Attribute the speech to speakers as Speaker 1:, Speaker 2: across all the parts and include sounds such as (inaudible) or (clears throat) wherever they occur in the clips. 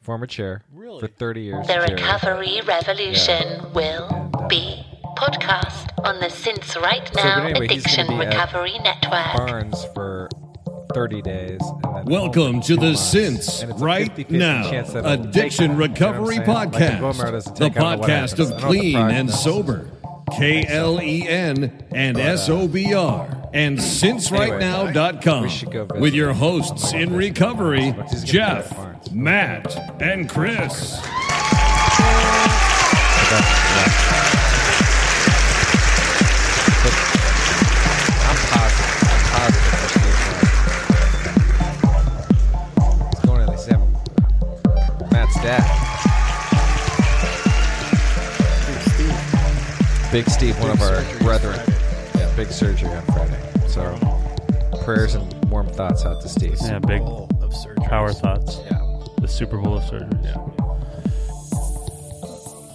Speaker 1: former chair
Speaker 2: Really?
Speaker 1: for 30 years.
Speaker 3: The
Speaker 1: chair.
Speaker 3: Recovery Revolution will be podcast on the Since Right
Speaker 1: but
Speaker 3: Now
Speaker 1: anyway, he's
Speaker 3: Addiction
Speaker 1: gonna be at
Speaker 3: Recovery Network.
Speaker 1: Barnes for 30 days. and then
Speaker 4: Welcome
Speaker 1: home
Speaker 4: to
Speaker 1: for two
Speaker 4: the
Speaker 1: months.
Speaker 4: Since
Speaker 1: And it's a
Speaker 4: Right
Speaker 1: 50-50
Speaker 4: Now
Speaker 1: chance that it'll take
Speaker 4: Addiction
Speaker 1: off, you know what
Speaker 4: Recovery
Speaker 1: I'm saying? Like, if Omar
Speaker 4: Podcast,
Speaker 1: doesn't
Speaker 4: the
Speaker 1: take off, what
Speaker 4: podcast
Speaker 1: happens? I don't
Speaker 4: of
Speaker 1: know what the
Speaker 4: clean
Speaker 1: prize
Speaker 4: and
Speaker 1: is. uh,
Speaker 4: sober, K L E N and S O B R, and
Speaker 1: we should go
Speaker 4: SinceRightNow.com
Speaker 1: visit.
Speaker 4: with your hosts in recovery,
Speaker 1: What's he's gonna do at
Speaker 4: Jeff,
Speaker 1: Barnes?
Speaker 4: Matt, and Chris.
Speaker 1: I'm positive. I'm positive. that's what it's like. What's going on? They say I'm Matt's dad. Big Steve, one of our brethren. Yeah, big surgery on Friday. So prayers and warm thoughts out to Steve.
Speaker 5: Yeah, big
Speaker 2: All of surgery.
Speaker 5: power thoughts.
Speaker 1: Yeah.
Speaker 5: The Super Bowl of surgery. Yeah.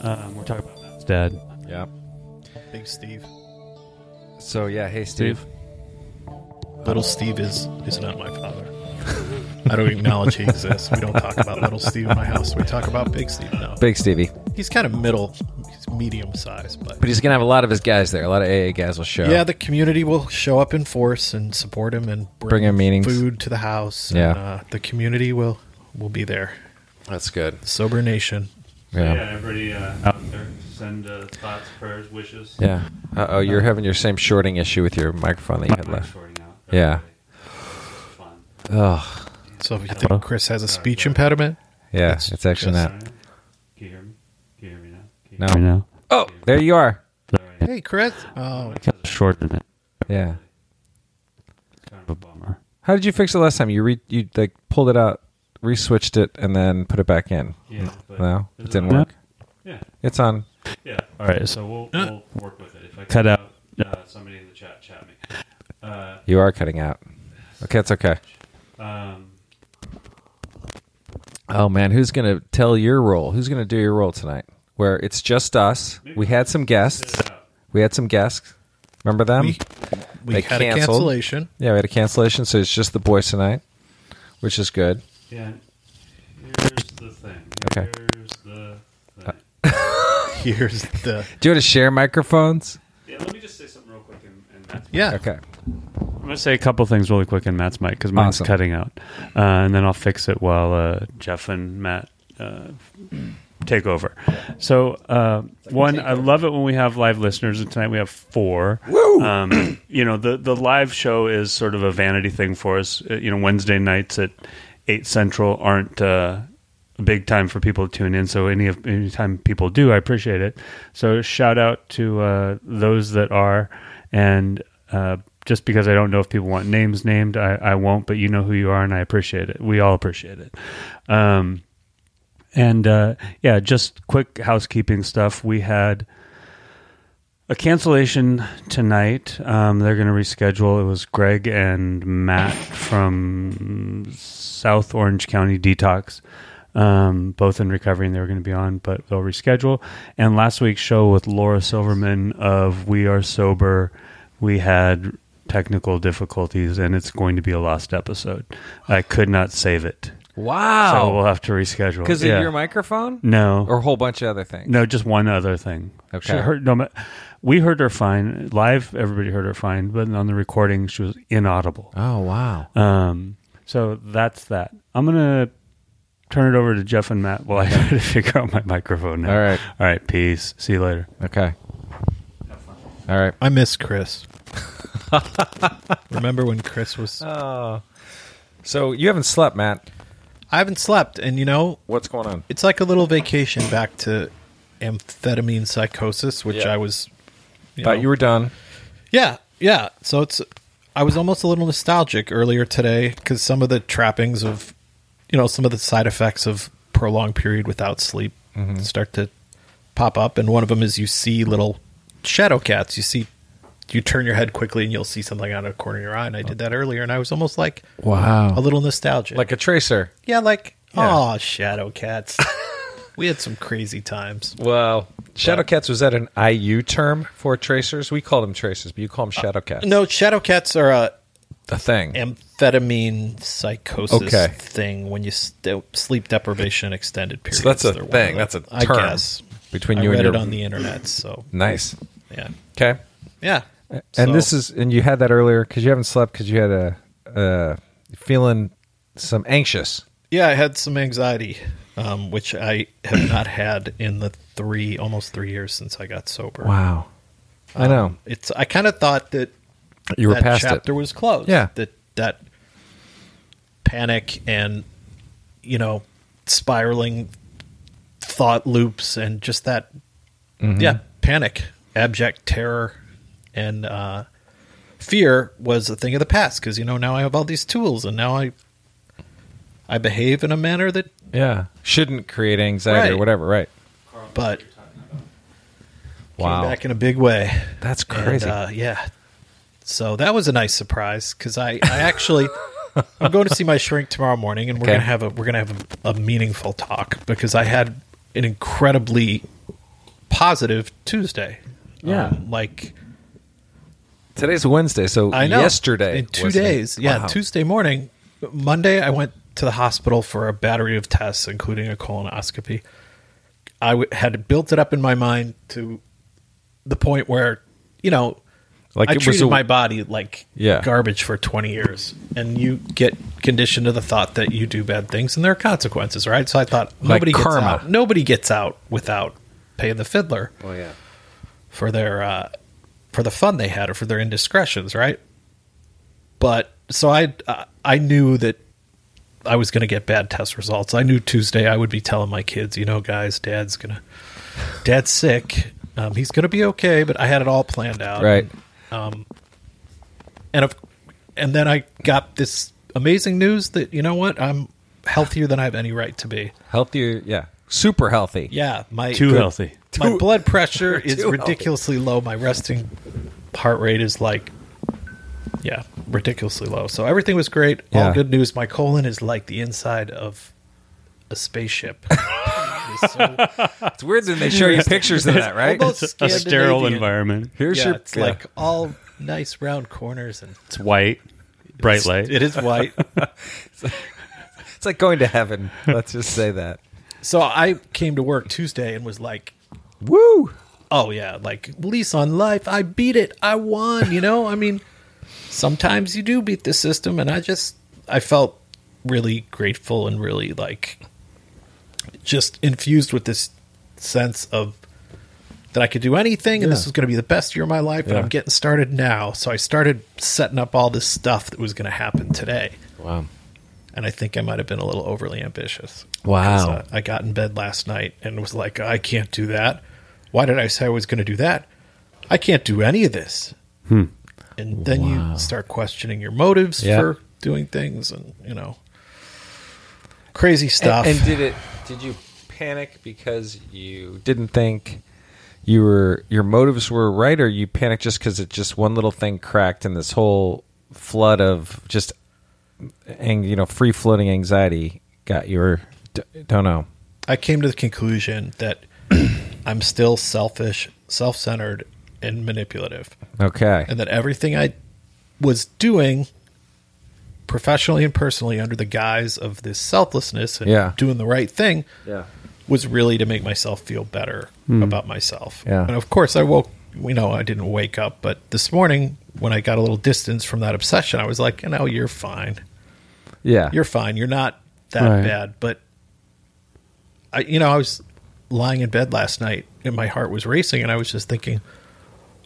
Speaker 5: Um, we're talking about Matt's dad.
Speaker 1: Yeah.
Speaker 2: Big Steve.
Speaker 1: So yeah, hey Steve.
Speaker 2: Little Steve is is not my father. I don't acknowledge he exists. We don't talk about little Steve in my house. We talk about big Steve now.
Speaker 1: Big Stevie.
Speaker 2: He's kind of middle. He's medium size, but
Speaker 1: But he's gonna have a lot of his guys there. A lot of AA guys will show.
Speaker 2: yeah, the community will show up in force and support him and bring,
Speaker 1: Bring him meetings.
Speaker 2: food to the house.
Speaker 1: Yeah.
Speaker 2: and, uh, the community will will be there.
Speaker 1: that's good.
Speaker 2: Sober Nation.
Speaker 1: Yeah.
Speaker 5: everybody uh, out there, send uh, thoughts, prayers, wishes.
Speaker 1: Yeah. Uh oh, you're having your same shorting issue with your microphone that you had left. Yeah. Oh,
Speaker 2: So if you think Chris has a speech impediment,
Speaker 1: yeah,
Speaker 2: It's
Speaker 1: it's actually
Speaker 2: just-
Speaker 1: not.
Speaker 5: you hear me? Can you hear me now?
Speaker 1: No.
Speaker 5: Right now.
Speaker 1: Oh, there you are.
Speaker 2: hey Chris. Oh,
Speaker 5: Short in it.
Speaker 1: Yeah.
Speaker 5: Kind of a bummer.
Speaker 1: How did you fix it last time? You re you like pulled it out, reswitched it, and then put it back in.
Speaker 5: Yeah. But
Speaker 1: No, it
Speaker 5: Is it
Speaker 1: didn't
Speaker 5: on?
Speaker 1: work.
Speaker 5: Yeah.
Speaker 1: It's on.
Speaker 5: Yeah. All right. So uh, we'll, we'll work with it. If I cut out uh, somebody in the chat, chat me. Uh,
Speaker 1: You are cutting out. Okay, it's okay.
Speaker 5: um,
Speaker 1: Oh man, who's gonna tell your role? Who's gonna do your role tonight? Where it's just us. We had some guests.
Speaker 5: cut it out.
Speaker 1: We had some guests. Remember them?
Speaker 2: we, we
Speaker 1: they
Speaker 2: had a
Speaker 1: canceled.
Speaker 2: cancellation.
Speaker 1: yeah, we had a cancellation, so it's just the boys tonight, which is good.
Speaker 5: Yeah. Here's the thing.
Speaker 1: Okay.
Speaker 5: Here's the thing.
Speaker 2: Here's the
Speaker 1: Do you want to share microphones?
Speaker 5: yeah. Let me just say something real quick, and, and that's
Speaker 2: yeah.
Speaker 1: Okay.
Speaker 5: I'm gonna say a couple things really quick in Matt's mic because mine's
Speaker 1: Awesome.
Speaker 5: cutting out, uh, and then I'll fix it while uh, Jeff and Matt uh, take over. So uh, one, I love it when we have live listeners, and tonight we have four. Woo! Um, you know the the live show is sort of a vanity thing for us. Uh, You know Wednesday nights at eight central aren't. Uh, a Big time for people to tune in. So any of any time people do, I appreciate it. So shout out to uh, those that are, and uh, just because I don't know if people want names named, I, I won't, but you know who you are, and I appreciate it. We all appreciate it. Um, and uh, yeah, just quick housekeeping stuff. We had a cancellation tonight. Um, they're going to reschedule. It was Greg and Matt from South Orange County Detox, um, both in recovery, and they were going to be on, but they'll reschedule. And last week's show with Laura Silverman of We Are Sober, we had technical difficulties, and it's going to be a lost episode. I could not save it. So
Speaker 1: Wow.
Speaker 5: we'll have to reschedule.
Speaker 1: Because
Speaker 5: Yeah.
Speaker 1: Oh. of your microphone?
Speaker 5: No.
Speaker 1: Or a whole bunch of other things?
Speaker 5: No, just one other thing.
Speaker 1: Okay.
Speaker 5: She heard, no, ma- we heard her fine live. Everybody heard her fine, but on the recording, she was inaudible.
Speaker 1: Oh, wow.
Speaker 5: Um, so that's that. I'm gonna turn it over to Jeff and Matt while I try to (laughs) figure out my microphone. Now.
Speaker 1: All right.
Speaker 5: all right. Peace. See you later.
Speaker 1: Okay. All right.
Speaker 2: I miss Chris. Remember when Chris was?
Speaker 1: So you haven't slept, Matt.
Speaker 2: I haven't slept, and you know
Speaker 1: What's going on?
Speaker 2: it's like a little vacation back to amphetamine psychosis, which
Speaker 1: Yeah.
Speaker 2: I was. You
Speaker 1: Thought
Speaker 2: know-
Speaker 1: you were done.
Speaker 2: Yeah, yeah. So it's. I was almost a little nostalgic earlier today because some of the trappings of, you know, some of the side effects of prolonged period without sleep
Speaker 1: Mm-hmm.
Speaker 2: start to pop up, and one of them is you see little shadow cats. You see, you turn your head quickly and you'll see something out of the corner of your eye. And I did that earlier, and I was almost like a
Speaker 1: Wow.
Speaker 2: little nostalgic.
Speaker 1: Like a tracer.
Speaker 2: yeah, like
Speaker 1: Yeah.
Speaker 2: oh,
Speaker 1: (laughs)
Speaker 2: shadow cats. we had some crazy times.
Speaker 1: Wow. Shadow cats, was that an IU term for tracers? We call them tracers, but you call them shadow cats.
Speaker 2: No, shadow cats are uh,
Speaker 1: a thing.
Speaker 2: amphetamine psychosis
Speaker 1: Okay.
Speaker 2: thing when you st- sleep deprivation extended period.
Speaker 1: so that's a
Speaker 2: They're one
Speaker 1: thing.
Speaker 2: of
Speaker 1: That's a
Speaker 2: them.
Speaker 1: term
Speaker 2: I guess.
Speaker 1: between
Speaker 2: I
Speaker 1: you
Speaker 2: read
Speaker 1: and
Speaker 2: it
Speaker 1: your
Speaker 2: on the internet, so
Speaker 1: nice.
Speaker 2: yeah,
Speaker 1: Okay.
Speaker 2: yeah.
Speaker 1: And
Speaker 2: So-
Speaker 1: this is and you had that earlier because you haven't slept because you had a uh, feeling some anxious.
Speaker 2: yeah. I had some anxiety, um, which I have not had in the three almost three years since I got sober.
Speaker 1: Wow. I know
Speaker 2: It's I kind of thought that
Speaker 1: you were
Speaker 2: Um, that
Speaker 1: past
Speaker 2: chapter
Speaker 1: it.
Speaker 2: was closed.
Speaker 1: Yeah.
Speaker 2: That that panic and you know spiraling thought loops and just that
Speaker 1: Mm-hmm.
Speaker 2: yeah panic, abject terror, and uh, fear was a thing of the past because you know now I have all these tools and now I I behave in a manner that
Speaker 1: Yeah, shouldn't create anxiety or
Speaker 2: Right.
Speaker 1: whatever. Right.
Speaker 2: but
Speaker 1: Wow.
Speaker 2: came back in a big way.
Speaker 1: That's
Speaker 2: And,
Speaker 1: crazy.
Speaker 2: uh, yeah. So that was a nice surprise because I, I actually I'm going to see my shrink tomorrow morning and we're
Speaker 1: Okay.
Speaker 2: gonna have a we're gonna have a, a meaningful talk because I had an incredibly positive Tuesday. Um,
Speaker 5: Yeah.
Speaker 2: like
Speaker 1: Today's Wednesday, so
Speaker 2: I know
Speaker 1: yesterday
Speaker 2: in two
Speaker 1: was the-
Speaker 2: days. Yeah,
Speaker 1: Wow.
Speaker 2: Tuesday morning, Monday I went to the hospital for a battery of tests, including a colonoscopy. I w- had built it up in my mind to the point where you know
Speaker 1: Like
Speaker 2: I
Speaker 1: it was
Speaker 2: treated
Speaker 1: a-
Speaker 2: my body like
Speaker 1: Yeah.
Speaker 2: garbage for 20 years, and you get conditioned to the thought that you do bad things and there are consequences, right? So I thought
Speaker 1: Like
Speaker 2: nobody gets
Speaker 1: karma.
Speaker 2: out. Nobody gets out without paying the fiddler
Speaker 1: Oh yeah.
Speaker 2: for their uh, for the fun they had or for their indiscretions, right? But so I uh, I knew that I was going to get bad test results. I knew Tuesday I would be telling my kids, you know, guys, dad's gonna dad's sick. Um, he's gonna be okay, but I had it all planned out
Speaker 1: Right.
Speaker 2: and of and then I got this amazing news that you know what I'm healthier than I have any right to be.
Speaker 1: Healthier. Yeah. Super healthy.
Speaker 2: Yeah, my
Speaker 5: Too healthy.
Speaker 2: My
Speaker 1: Too-
Speaker 2: blood pressure
Speaker 1: (laughs)
Speaker 2: is
Speaker 1: too healthy.
Speaker 2: ridiculously low. My resting heart rate is like yeah, ridiculously low. So everything was great.
Speaker 1: Yeah.
Speaker 2: All good news. My colon is like the inside of a spaceship.
Speaker 5: (laughs)
Speaker 2: It is so
Speaker 1: It's weird that they
Speaker 2: (laughs)
Speaker 1: show you pictures of that, right?
Speaker 2: almost
Speaker 5: A sterile
Speaker 2: Scandinavian.
Speaker 5: environment.
Speaker 1: Here's
Speaker 2: Yeah,
Speaker 1: your
Speaker 2: it's
Speaker 1: yeah.
Speaker 2: like all nice round corners and
Speaker 5: It's white, bright light.
Speaker 2: It is white.
Speaker 1: (laughs) it's like going to heaven. Let's just say that.
Speaker 2: so I came to work Tuesday and was like
Speaker 1: Woo.
Speaker 2: oh yeah, like lease on life. I beat it. I won. You know, I mean, sometimes you do beat the system, and I just I felt really grateful and really like just infused with this sense of that I could do anything, and this was going to be the best year of my life, and
Speaker 1: Yeah.
Speaker 2: I'm getting started now. So I started setting up all this stuff that was going to happen today.
Speaker 1: Wow.
Speaker 2: And I think I might have been a little overly ambitious.
Speaker 1: Wow.
Speaker 2: 'Cause, uh, I got in bed last night and was like, I can't do that. Why did I say I was going to do that? I can't do any of this. And then you start questioning your motives
Speaker 1: Hmm. Yeah.
Speaker 2: for doing things and, you know, crazy stuff.
Speaker 1: And, and did it? Did you panic because you didn't think you were your motives were right, or you panicked just because it just one little thing cracked and this whole flood of just and you know free floating anxiety got your d- don't know.
Speaker 2: I came to the conclusion that (clears throat) I'm still selfish, self centered, and manipulative.
Speaker 1: Okay.
Speaker 2: and that everything I was doing professionally and personally under the guise of this selflessness and
Speaker 1: Yeah.
Speaker 2: doing the right thing
Speaker 1: yeah.
Speaker 2: was really to make myself feel better about myself.
Speaker 1: Hmm. Yeah.
Speaker 2: And of course I woke you know, I didn't wake up, but this morning when I got a little distance from that obsession, I was like, you know, you're fine.
Speaker 1: Yeah.
Speaker 2: You're fine. You're not that
Speaker 5: Right.
Speaker 2: bad. But I you know, I was lying in bed last night and my heart was racing and I was just thinking,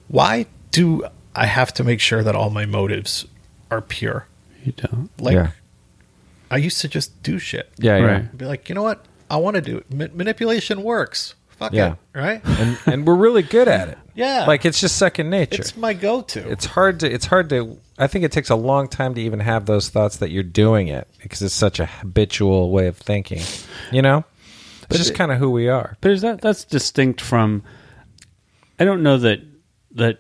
Speaker 2: why do I have to make sure that all my motives are pure?
Speaker 5: You don't.
Speaker 2: Like
Speaker 1: yeah.
Speaker 2: I used to just do shit.
Speaker 1: Yeah. yeah.
Speaker 5: Right.
Speaker 2: Be like, you know what? I want to do it. Ma- manipulation works. Fuck
Speaker 1: Yeah.
Speaker 2: it.
Speaker 1: (laughs)
Speaker 2: Right?
Speaker 1: And and we're really good at it.
Speaker 2: Yeah.
Speaker 1: Like it's just second nature.
Speaker 2: It's my go to.
Speaker 1: it's hard to it's hard to i think it takes a long time to even have those thoughts that you're doing it because it's such a habitual way of thinking you know it's just kind of who we are
Speaker 5: But is that that's distinct from? I don't know that that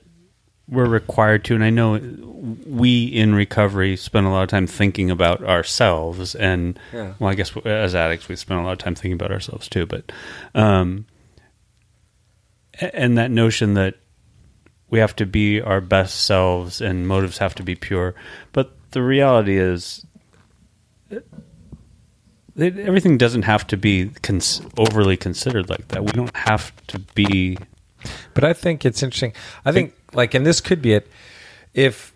Speaker 5: we're required to, and I know we in recovery spend a lot of time thinking about ourselves, and
Speaker 1: Yeah.
Speaker 5: well, I guess as addicts we spend a lot of time thinking about ourselves too. But, um, a- and that notion that we have to be our best selves and motives have to be pure, but the reality is it, everything doesn't have to be cons- overly considered like that. We don't have to be
Speaker 1: But I think it's interesting. I think like, and this could be it. If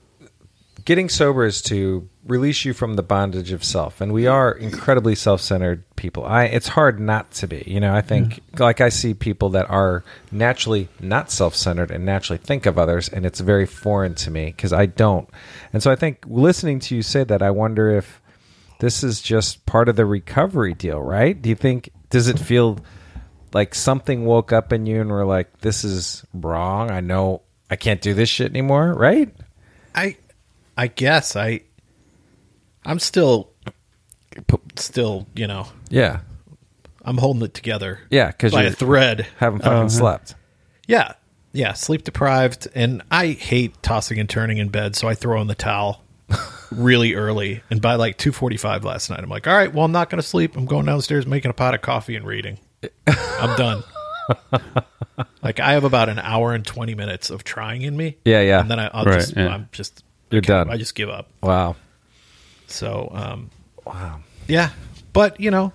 Speaker 1: getting sober is to release you from the bondage of self, and we are incredibly self-centered people. I it's hard not to be. You know, I think like I see people that are naturally not self-centered and naturally think of others, and it's very foreign to me because I don't. And so I think listening to you say that, I wonder if this is just part of the recovery deal, right? Do you think? Does it feel like something woke up in you and were like, "This is wrong. I know I can't do this shit anymore." Right?
Speaker 2: I I guess I I'm still p- still, you know,
Speaker 1: Yeah,
Speaker 2: I'm holding it together.
Speaker 1: yeah. Because
Speaker 2: by
Speaker 1: you
Speaker 2: a thread.
Speaker 1: haven't fucking slept.
Speaker 2: Yeah. Yeah, sleep deprived and I hate tossing and turning in bed, so I throw in the
Speaker 5: (laughs)
Speaker 2: towel really early and by like 2:45 last night I'm like, "All right, well I'm not going to sleep. I'm going downstairs making a pot of coffee and
Speaker 5: (laughs)
Speaker 2: reading. I'm done." like I have about an hour and 20 minutes of trying in me.
Speaker 1: Yeah, yeah.
Speaker 2: And then I, I'll
Speaker 5: Right,
Speaker 2: just
Speaker 5: yeah.
Speaker 2: I'm just
Speaker 1: You're done.
Speaker 2: I just give up.
Speaker 1: wow.
Speaker 2: So, um, Yeah. But, you know,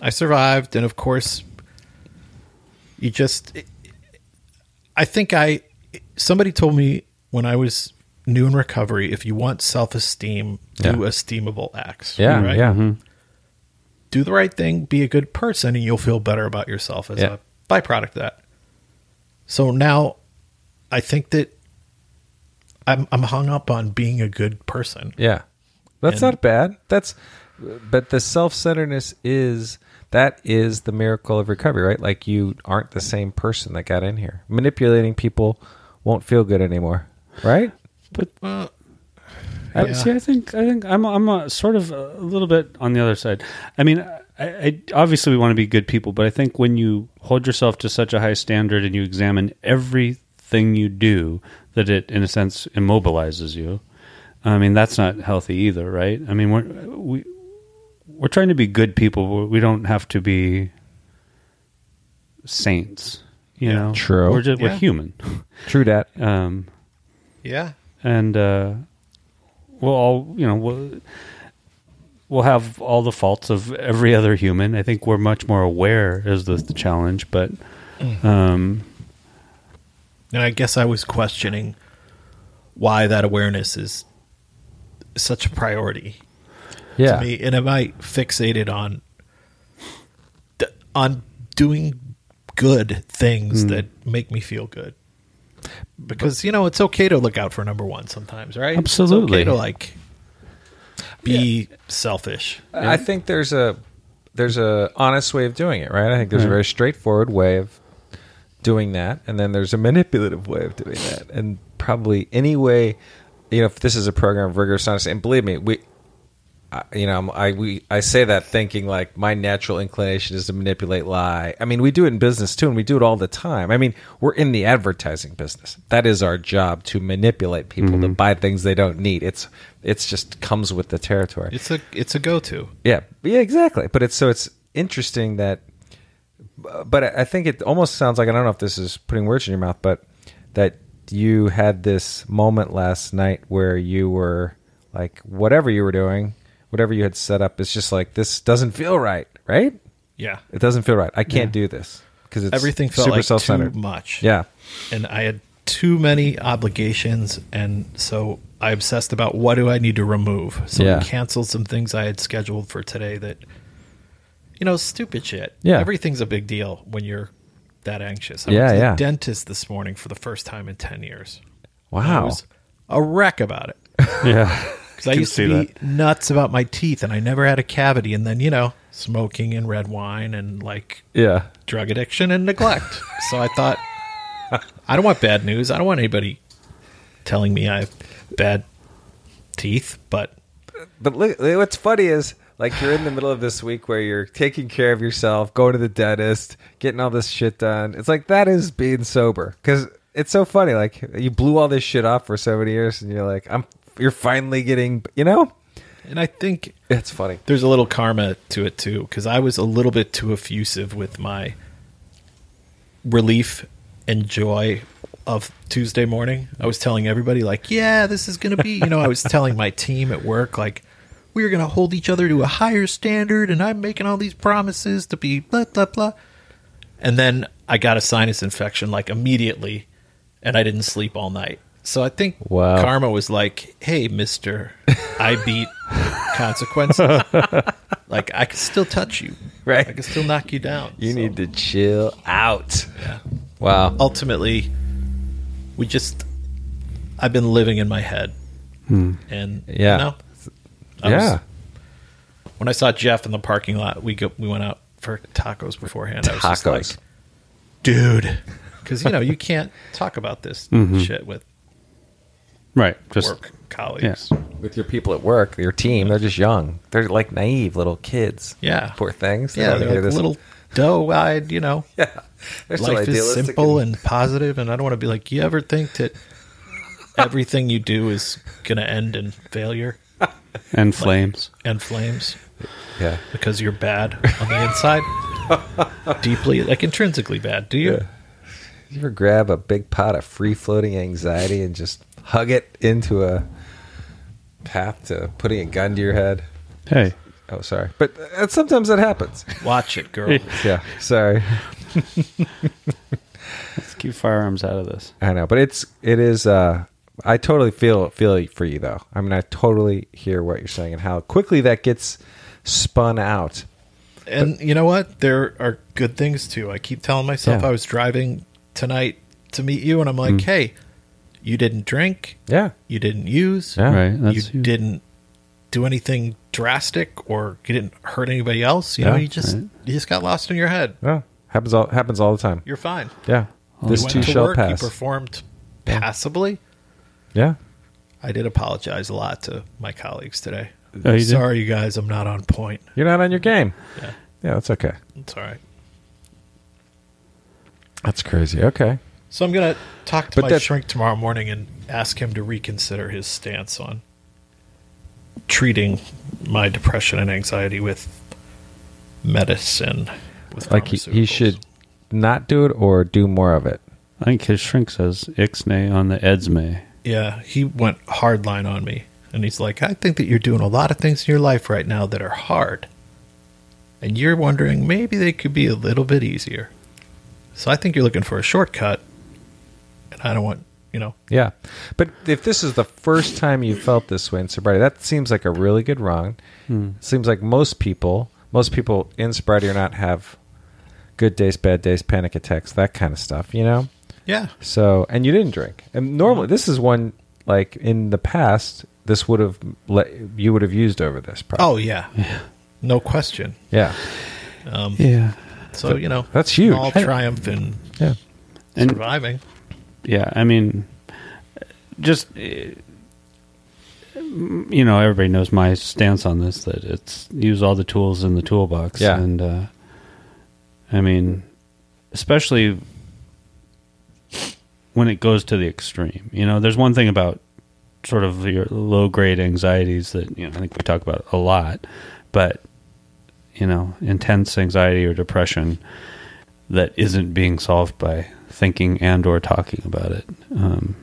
Speaker 2: I survived. And of course, you just. I think I. Somebody told me when I was new in recovery if you want self esteem,
Speaker 1: Yeah.
Speaker 2: do esteemable acts.
Speaker 1: Yeah,
Speaker 2: right?
Speaker 1: yeah. mm-hmm.
Speaker 2: Do the right thing, be a good person, and you'll feel better about yourself as
Speaker 1: Yeah.
Speaker 2: a byproduct of that. So now I think that. I'm, I'm hung up on being a good person.
Speaker 1: Yeah. That's
Speaker 2: And-
Speaker 1: not bad. That's but the self-centeredness is that is the miracle of recovery, right? Like you aren't the same person that got in here. Manipulating people won't feel good anymore, right?
Speaker 5: I, Uh, See, I think I think I'm I'm a, sort of a little bit on the other side. I mean, I, I obviously we want to be good people, but I think when you hold yourself to such a high standard and you examine everything you do, that it in a sense immobilizes you. I mean, that's not healthy either, right? I mean, we're, we we're trying to be good people. We don't have to be saints, you know.
Speaker 1: true.
Speaker 5: We're just, we're
Speaker 2: Yeah.
Speaker 5: human.
Speaker 1: True that.
Speaker 5: Um,
Speaker 2: Yeah.
Speaker 5: and uh, we'll all you know we'll, we'll have all the faults of every other human. I think we're much more aware is the, the challenge, but um,
Speaker 2: And I guess I was questioning why that awareness is such a priority
Speaker 1: Yeah.
Speaker 2: to me. And am I fixated on th- on doing good
Speaker 1: Hmm.
Speaker 2: things that make me feel good? Because you know it's okay to look out for number one sometimes, right? It's okay
Speaker 5: Absolutely.
Speaker 2: to like be selfish.
Speaker 1: I think there's a there's a honest way of doing it, right? I think there's a very straightforward way of doing that, and then there's a manipulative way of doing that, and probably any way, you know, if this is a program of rigorous honesty, and believe me, we. I- You know, I'm- I we I say that thinking like my natural inclination is to manipulate, lie. I mean, we do it in business too, and we do it all the time. I mean, we're in the advertising business. That is our job to manipulate people to buy things they don't need. It's it's just comes with the territory.
Speaker 2: It's a it's a go to.
Speaker 1: Yeah, yeah, exactly. But it's so it's interesting that, but I I think it almost sounds like I don't know if this is putting words in your mouth, but that you had this moment last night where you were like, whatever you were doing, whatever you had set up, it's just like this doesn't feel right, right?
Speaker 2: Yeah,
Speaker 1: It doesn't feel right. I can't do this because it's
Speaker 2: everything felt
Speaker 1: super
Speaker 2: like
Speaker 1: self-centered.
Speaker 2: too much.
Speaker 1: Yeah,
Speaker 2: and I had too many obligations, and so I obsessed about what do I need to remove. So
Speaker 1: Yeah.
Speaker 2: I canceled some things I had scheduled for today that, you know, stupid shit.
Speaker 1: Yeah.
Speaker 2: everything's a big deal when you're that anxious. I
Speaker 1: Yeah,
Speaker 2: went to
Speaker 1: yeah.
Speaker 2: The dentist this morning for the first time in ten years. I
Speaker 1: wow.
Speaker 2: was a
Speaker 1: (laughs)
Speaker 2: wreck about it
Speaker 5: (laughs) yeah,
Speaker 2: because I
Speaker 5: Can
Speaker 2: used
Speaker 5: see
Speaker 2: to be
Speaker 5: that.
Speaker 2: nuts about my teeth, and I never had a cavity. And then you know, smoking and red wine and like
Speaker 1: yeah,
Speaker 2: drug addiction and neglect. so I thought, I don't want bad news. I don't want anybody telling me I have bad teeth, but
Speaker 1: But look, what's funny is like you're in the middle of this week where you're taking care of yourself, going to the dentist, getting all this shit done. It's like that is being sober because it's so funny. Like you blew all this shit off for so many years, and you're like, I'm. You're finally getting. You know,
Speaker 2: and I think
Speaker 1: it's funny.
Speaker 2: there's a little karma to it too because I was a little bit too effusive with my relief and joy of Tuesday morning. I was telling everybody, like, yeah, this is going to be, you know, I was telling my team at work, like, we're going to hold each other to a higher standard, and I'm making all these promises to be blah, blah, blah. And then I got a sinus infection, like, immediately, and I didn't sleep all night. So I think
Speaker 1: Wow.
Speaker 2: karma was like, hey, mister, I beat
Speaker 1: (laughs)
Speaker 2: consequences. like, I can still touch you.
Speaker 1: Right.
Speaker 2: I can still knock you down.
Speaker 1: You
Speaker 2: So-
Speaker 1: need to chill out. Wow.
Speaker 2: ultimately we just i've been living in my head and
Speaker 1: Hmm. Yeah.
Speaker 2: you know, I was-
Speaker 1: yeah.
Speaker 2: when i saw jeff in the parking lot we go, we went out for tacos beforehand i was just like
Speaker 1: Tacos.
Speaker 2: dude because you know you can't talk about
Speaker 1: (laughs)
Speaker 2: this
Speaker 1: Mm-hmm.
Speaker 2: shit with
Speaker 5: Right. Just
Speaker 2: work colleagues
Speaker 1: With your people at work, your team, they're just young. They're like naive little kids.
Speaker 2: Yeah.
Speaker 1: Poor things. They
Speaker 2: yeah,
Speaker 1: don't
Speaker 2: they're
Speaker 1: hear
Speaker 2: like
Speaker 1: this.
Speaker 2: little doe-eyed you know
Speaker 1: (laughs) Yeah. They're so
Speaker 2: life is
Speaker 1: idealistic
Speaker 2: simple and positive and i don't want to be like you ever think that everything you do is gonna end in failure
Speaker 5: and flames.
Speaker 2: and flames
Speaker 1: yeah.
Speaker 2: because you're bad on the
Speaker 1: (laughs)
Speaker 2: inside, deeply, like intrinsically bad. Do you?
Speaker 1: You ever grab a big pot of free floating anxiety and just hug it into a path to putting a gun to your head?
Speaker 5: Hey,
Speaker 1: Oh, sorry. But uh, sometimes that
Speaker 2: (laughs)
Speaker 1: happens.
Speaker 2: Watch it, girl.
Speaker 1: Yeah. Sorry.
Speaker 5: let's keep firearms out of this.
Speaker 1: I know, but it's it is. Uh, I totally feel feel for you though. I mean, I totally hear what you're saying and how quickly that gets spun out.
Speaker 2: And you know what? There are good things too. I keep telling myself
Speaker 1: Yeah. Mm.
Speaker 2: I was driving tonight to meet you, and I'm like, hey, you didn't drink,
Speaker 1: Yeah,
Speaker 2: you didn't use,
Speaker 1: Yeah.
Speaker 5: Right.
Speaker 2: you
Speaker 5: That's you.
Speaker 2: didn't do anything drastic, or you didn't hurt anybody else. You know,
Speaker 1: Yeah,
Speaker 2: you just you just got lost in your head.
Speaker 1: yeah. Happens all happens all the time.
Speaker 2: You're fine.
Speaker 1: Yeah, this
Speaker 2: you
Speaker 1: too shall pass.
Speaker 2: You performed passably.
Speaker 1: yeah,
Speaker 2: I did apologize a lot to my colleagues today.
Speaker 5: Oh, you did?
Speaker 2: Sorry, you guys, I'm not on point.
Speaker 1: you're not on your game. Yeah, that's okay.
Speaker 2: It's all right.
Speaker 1: That's crazy. Okay.
Speaker 2: So I'm gonna talk to
Speaker 1: But
Speaker 2: my
Speaker 1: that-
Speaker 2: shrink tomorrow morning and ask him to reconsider his stance on treating my depression and anxiety with medicine. With
Speaker 1: Like he, he
Speaker 2: pharmaceuticals.
Speaker 1: should not do it or do more of it.
Speaker 5: I think his shrink says Ixnay on the Edsme.
Speaker 2: Yeah, he went hardline on me, and he's like, "I think that you're doing a lot of things in your life right now that are hard, and you're wondering maybe they could be a little bit easier." So I think you're looking for a shortcut, and I don't want you know.
Speaker 1: Yeah. But if this is the first time you felt this way in sobriety, that seems like a really good run. Seems like most people, most people in sobriety or not have good days, bad days, panic attacks, that kind of stuff, you know?
Speaker 2: Yeah,
Speaker 1: So, and you didn't drink. And normally this is one like in the past this would have let you would have used over this probably.
Speaker 2: Oh yeah, no question.
Speaker 1: Yeah.
Speaker 5: Yeah.
Speaker 2: So you know
Speaker 1: That's huge.
Speaker 2: All triumph in
Speaker 1: Yeah.
Speaker 5: And
Speaker 2: surviving.
Speaker 5: yeah, I mean, just uh, you know, everybody knows my stance on this that it's use all the tools in the toolbox.
Speaker 1: Yeah.
Speaker 5: and uh, I mean, especially when it goes to the extreme. You know, there's one thing about sort of your low grade anxieties that you know I think we talk about a lot, but you know, intense anxiety or depression that isn't being solved by thinking and or talking about it. Um,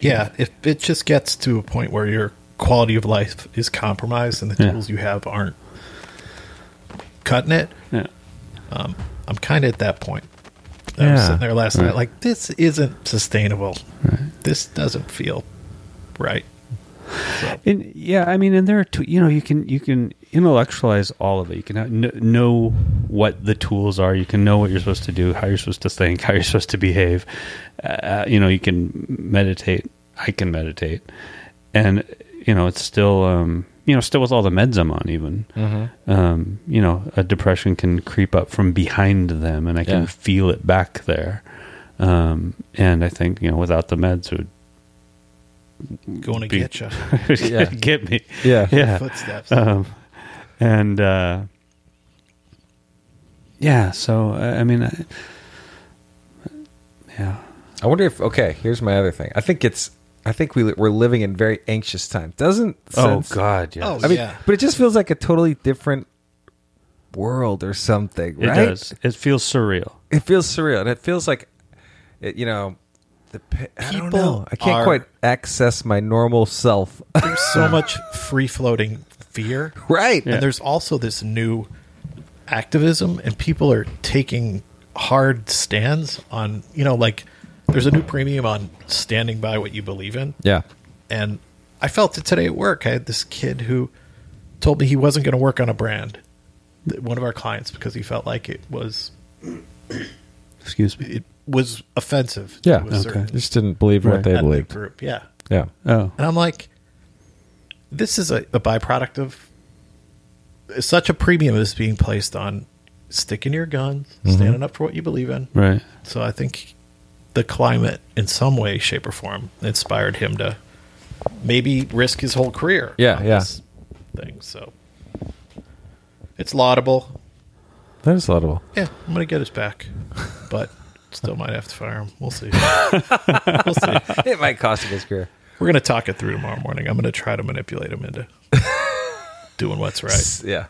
Speaker 2: Yeah, if it just gets to a point where your quality of life is compromised and the
Speaker 5: Yeah.
Speaker 2: tools you have aren't cutting it,
Speaker 5: yeah.
Speaker 2: I'm kind of at that point. I was
Speaker 1: Yeah.
Speaker 2: sitting there last
Speaker 5: Right.
Speaker 2: night, like this isn't sustainable. This doesn't feel right.
Speaker 5: And, yeah, I mean, and there are tw- you know you can you can intellectualize all of it. You can ha- kn- know what the tools are. You can know what you're supposed to do, how you're supposed to think, (laughs) how you're supposed to behave. Uh, you know, you can meditate. I can meditate, and you know it's still um, you know still with all the meds I'm on even.
Speaker 1: Mm-hmm.
Speaker 5: Um, you know, a depression can creep up from behind them, and I can
Speaker 1: Yeah.
Speaker 5: feel it back there. Um, and I think you know without the meds it would (laughs)
Speaker 2: Going to
Speaker 5: Be-
Speaker 2: get you.
Speaker 1: Yeah.
Speaker 5: get me.
Speaker 1: Yeah.
Speaker 5: Yeah.
Speaker 2: Footsteps.
Speaker 5: Um, and uh, yeah, so I I mean, I, yeah,
Speaker 1: I wonder if okay, here's my other thing. I think it's I think we we're living in very anxious times. Doesn't
Speaker 5: Oh,
Speaker 1: sense-
Speaker 5: God,
Speaker 2: yes.
Speaker 1: I mean,
Speaker 2: Yeah.
Speaker 1: but it just feels like a totally different world or something,
Speaker 5: it
Speaker 1: right?
Speaker 5: does. It feels surreal.
Speaker 1: It feels surreal, and it feels like, it, you know, The pa- I don't
Speaker 2: People
Speaker 1: know. I can't
Speaker 2: are-
Speaker 1: quite access my normal self. (laughs)
Speaker 2: There's so much free floating fear.
Speaker 1: right.
Speaker 2: And there's also this new activism, and people are taking hard stands on, you know, like there's a new premium on standing by what you believe in.
Speaker 1: Yeah.
Speaker 2: And I felt it today at work. I had this kid who told me he wasn't going to work on a brand, that one of our clients, because he felt like it was
Speaker 5: Excuse me.
Speaker 2: it was offensive.
Speaker 1: Yeah.
Speaker 2: to a
Speaker 1: Okay.
Speaker 2: certain
Speaker 1: Just didn't believe what
Speaker 5: Right.
Speaker 1: they
Speaker 2: ethnic (laughs)
Speaker 1: believed.
Speaker 2: group. Yeah,
Speaker 1: Yeah.
Speaker 5: Oh,
Speaker 2: and I'm like, this is a, a byproduct of such a premium is being placed on sticking your guns,
Speaker 1: Mm-hmm.
Speaker 2: standing up for what you believe in.
Speaker 5: right.
Speaker 2: So I think the climate, in some way, shape, or form, inspired him to maybe risk his whole career.
Speaker 1: Yeah,
Speaker 2: on
Speaker 1: yeah.
Speaker 2: this Thing so it's laudable.
Speaker 1: That is laudable.
Speaker 2: Yeah, I'm gonna get his back, but still might have to fire him. We'll see. (laughs) we'll see.
Speaker 1: (laughs) it might cost him his career.
Speaker 2: We're gonna talk it through tomorrow morning. I'm gonna try to manipulate
Speaker 1: (laughs)
Speaker 2: him into doing what's right. It's
Speaker 1: Yeah.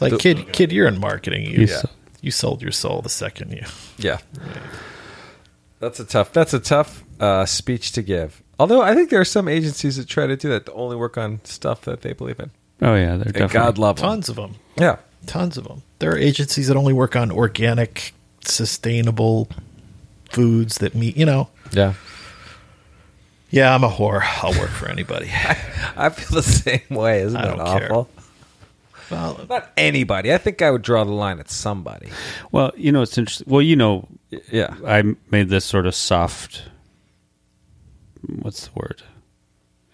Speaker 2: like, kid, kid, you're in marketing. You,
Speaker 5: You
Speaker 2: yeah.
Speaker 5: sold-
Speaker 2: you sold your soul the second you.
Speaker 1: Yeah. That's a tough. That's a tough uh, speech to give. Although I think there are some agencies that try to do that. That only work on stuff that they believe in.
Speaker 5: Oh yeah,
Speaker 1: And
Speaker 5: they're definitely.
Speaker 1: God love 'em.
Speaker 2: Tons of them.
Speaker 1: Yeah.
Speaker 2: Tons of them. There are agencies that only work on organic, sustainable foods that meet. You know.
Speaker 1: Yeah.
Speaker 2: Yeah, I'm a whore. I'll work for anybody.
Speaker 1: I feel the same way. Isn't
Speaker 2: I
Speaker 1: that
Speaker 2: don't care.
Speaker 1: awful?
Speaker 2: Well,
Speaker 1: Not anybody. I think I would draw the line at somebody.
Speaker 5: Well, you know it's interesting. Well, you know,
Speaker 1: Yeah.
Speaker 5: I made this sort of soft. What's the word?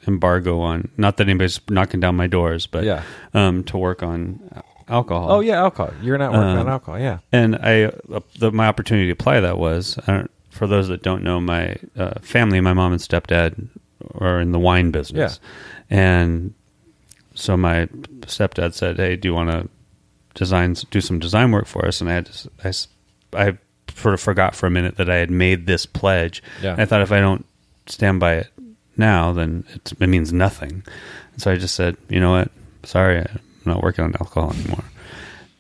Speaker 5: Embargo on. Not that anybody's knocking down my doors, but
Speaker 1: Yeah.
Speaker 5: um, to work on alcohol.
Speaker 1: Oh yeah, alcohol. You're not working on
Speaker 5: Um,
Speaker 1: alcohol. Yeah.
Speaker 5: and I uh, the, my opportunity to apply that was I don't, for those that don't know my uh, family, my mom and stepdad are in the wine business, and so my stepdad said, "Hey, do you want to design do some design work for us?" And I had to, s- I s- I sort of forgot for a minute that I had made this pledge.
Speaker 1: Yeah.
Speaker 5: I thought if I don't stand by it now, then it's, it means nothing. And so I just said, "You know what? Sorry, I'm not working on alcohol anymore."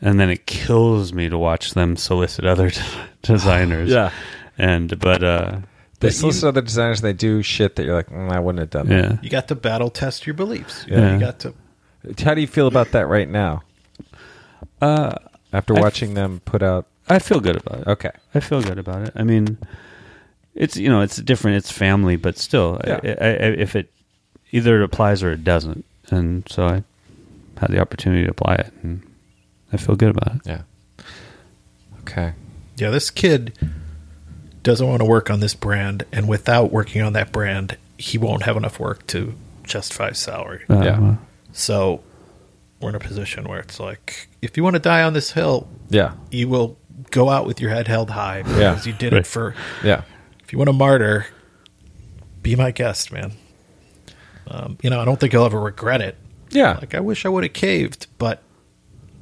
Speaker 5: and then it kills me to watch them solicit other (laughs) designers.
Speaker 1: Yeah.
Speaker 5: and but uh,
Speaker 1: They solicit other designers and they do shit that you're like, mm, I wouldn't have done
Speaker 5: yeah,
Speaker 2: you got to battle test your beliefs. You,
Speaker 5: Yeah.
Speaker 2: you got to.
Speaker 1: that. How do you feel about that right now? Uh, After watching them put out.
Speaker 5: I feel good about it.
Speaker 1: Okay.
Speaker 5: I feel good about it. I mean, it's you know it's different. It's family, but still, I-
Speaker 1: Yeah.
Speaker 5: I, I, if it either it applies or it doesn't, and so I had the opportunity to apply it, and I feel good about it.
Speaker 1: Yeah. Okay.
Speaker 2: Yeah, this kid doesn't want to work on this brand, and without working on that brand, he won't have enough work to justify his salary.
Speaker 5: Uh,
Speaker 1: Yeah.
Speaker 5: well,
Speaker 2: So we're in a position where it's like, if you want to die on this hill,
Speaker 1: Yeah.
Speaker 2: you will go out with your head held high because you did
Speaker 5: Right.
Speaker 2: it for.
Speaker 1: Yeah.
Speaker 2: If you want to martyr, be my guest, man. Um, you know, I don't think you'll ever regret it.
Speaker 1: Yeah.
Speaker 2: Like, I wish I would have caved, but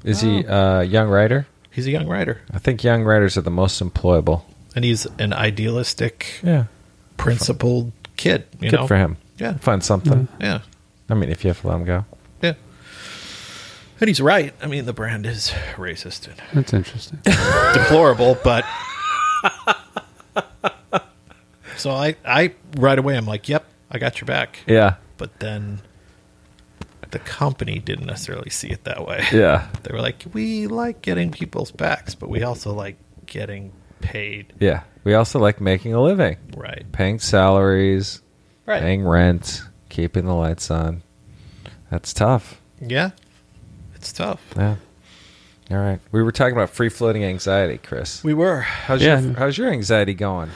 Speaker 1: Is he
Speaker 2: oh.
Speaker 1: uh, young writer?
Speaker 2: he's a young writer,
Speaker 1: I think young writers are the most employable.
Speaker 2: and he's an idealistic,
Speaker 1: Yeah.
Speaker 2: principled kid. You
Speaker 1: Good
Speaker 2: know?
Speaker 1: for him.
Speaker 2: Yeah.
Speaker 1: Find something.
Speaker 2: Yeah.
Speaker 1: I mean, if you have to let him go.
Speaker 2: Yeah. And he's right. I mean, the brand is racist and
Speaker 5: that's (laughs) interesting.
Speaker 2: deplorable, but. (laughs) so I, I, right away, I'm like, yep, I got your back.
Speaker 1: Yeah.
Speaker 2: But then the company didn't necessarily see it that way.
Speaker 1: Yeah.
Speaker 2: They were like, we like getting people's backs, but we also like getting paid
Speaker 1: Yeah. We also like making a living,
Speaker 2: right.
Speaker 1: paying salaries,
Speaker 2: Right.
Speaker 1: paying rent, keeping the lights on. That's tough.
Speaker 2: Yeah. It's tough.
Speaker 1: Yeah. All right. We were talking about free floating anxiety, Chris.
Speaker 2: We were.
Speaker 1: How's
Speaker 5: Yeah.
Speaker 1: your How's your anxiety going?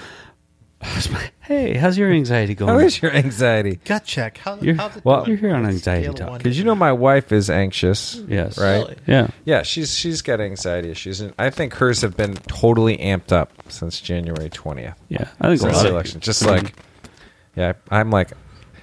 Speaker 5: hey, how's your anxiety going?
Speaker 1: How is your anxiety?
Speaker 2: Gut check. How,
Speaker 5: You're-
Speaker 2: how's it
Speaker 5: well,
Speaker 2: doing?
Speaker 5: you're here on
Speaker 2: a
Speaker 5: anxiety
Speaker 2: scale of
Speaker 5: talk.
Speaker 2: one to
Speaker 1: Because you know my wife is anxious.
Speaker 5: yes,
Speaker 1: Right.
Speaker 2: Really?
Speaker 5: Yeah.
Speaker 1: Yeah, she's she's got anxiety issues, and I think hers have been totally amped up since January twentieth.
Speaker 5: Yeah, I think a
Speaker 1: Since
Speaker 5: lot
Speaker 1: the
Speaker 5: of
Speaker 1: election,
Speaker 5: people-
Speaker 1: just like, yeah, I- I'm like,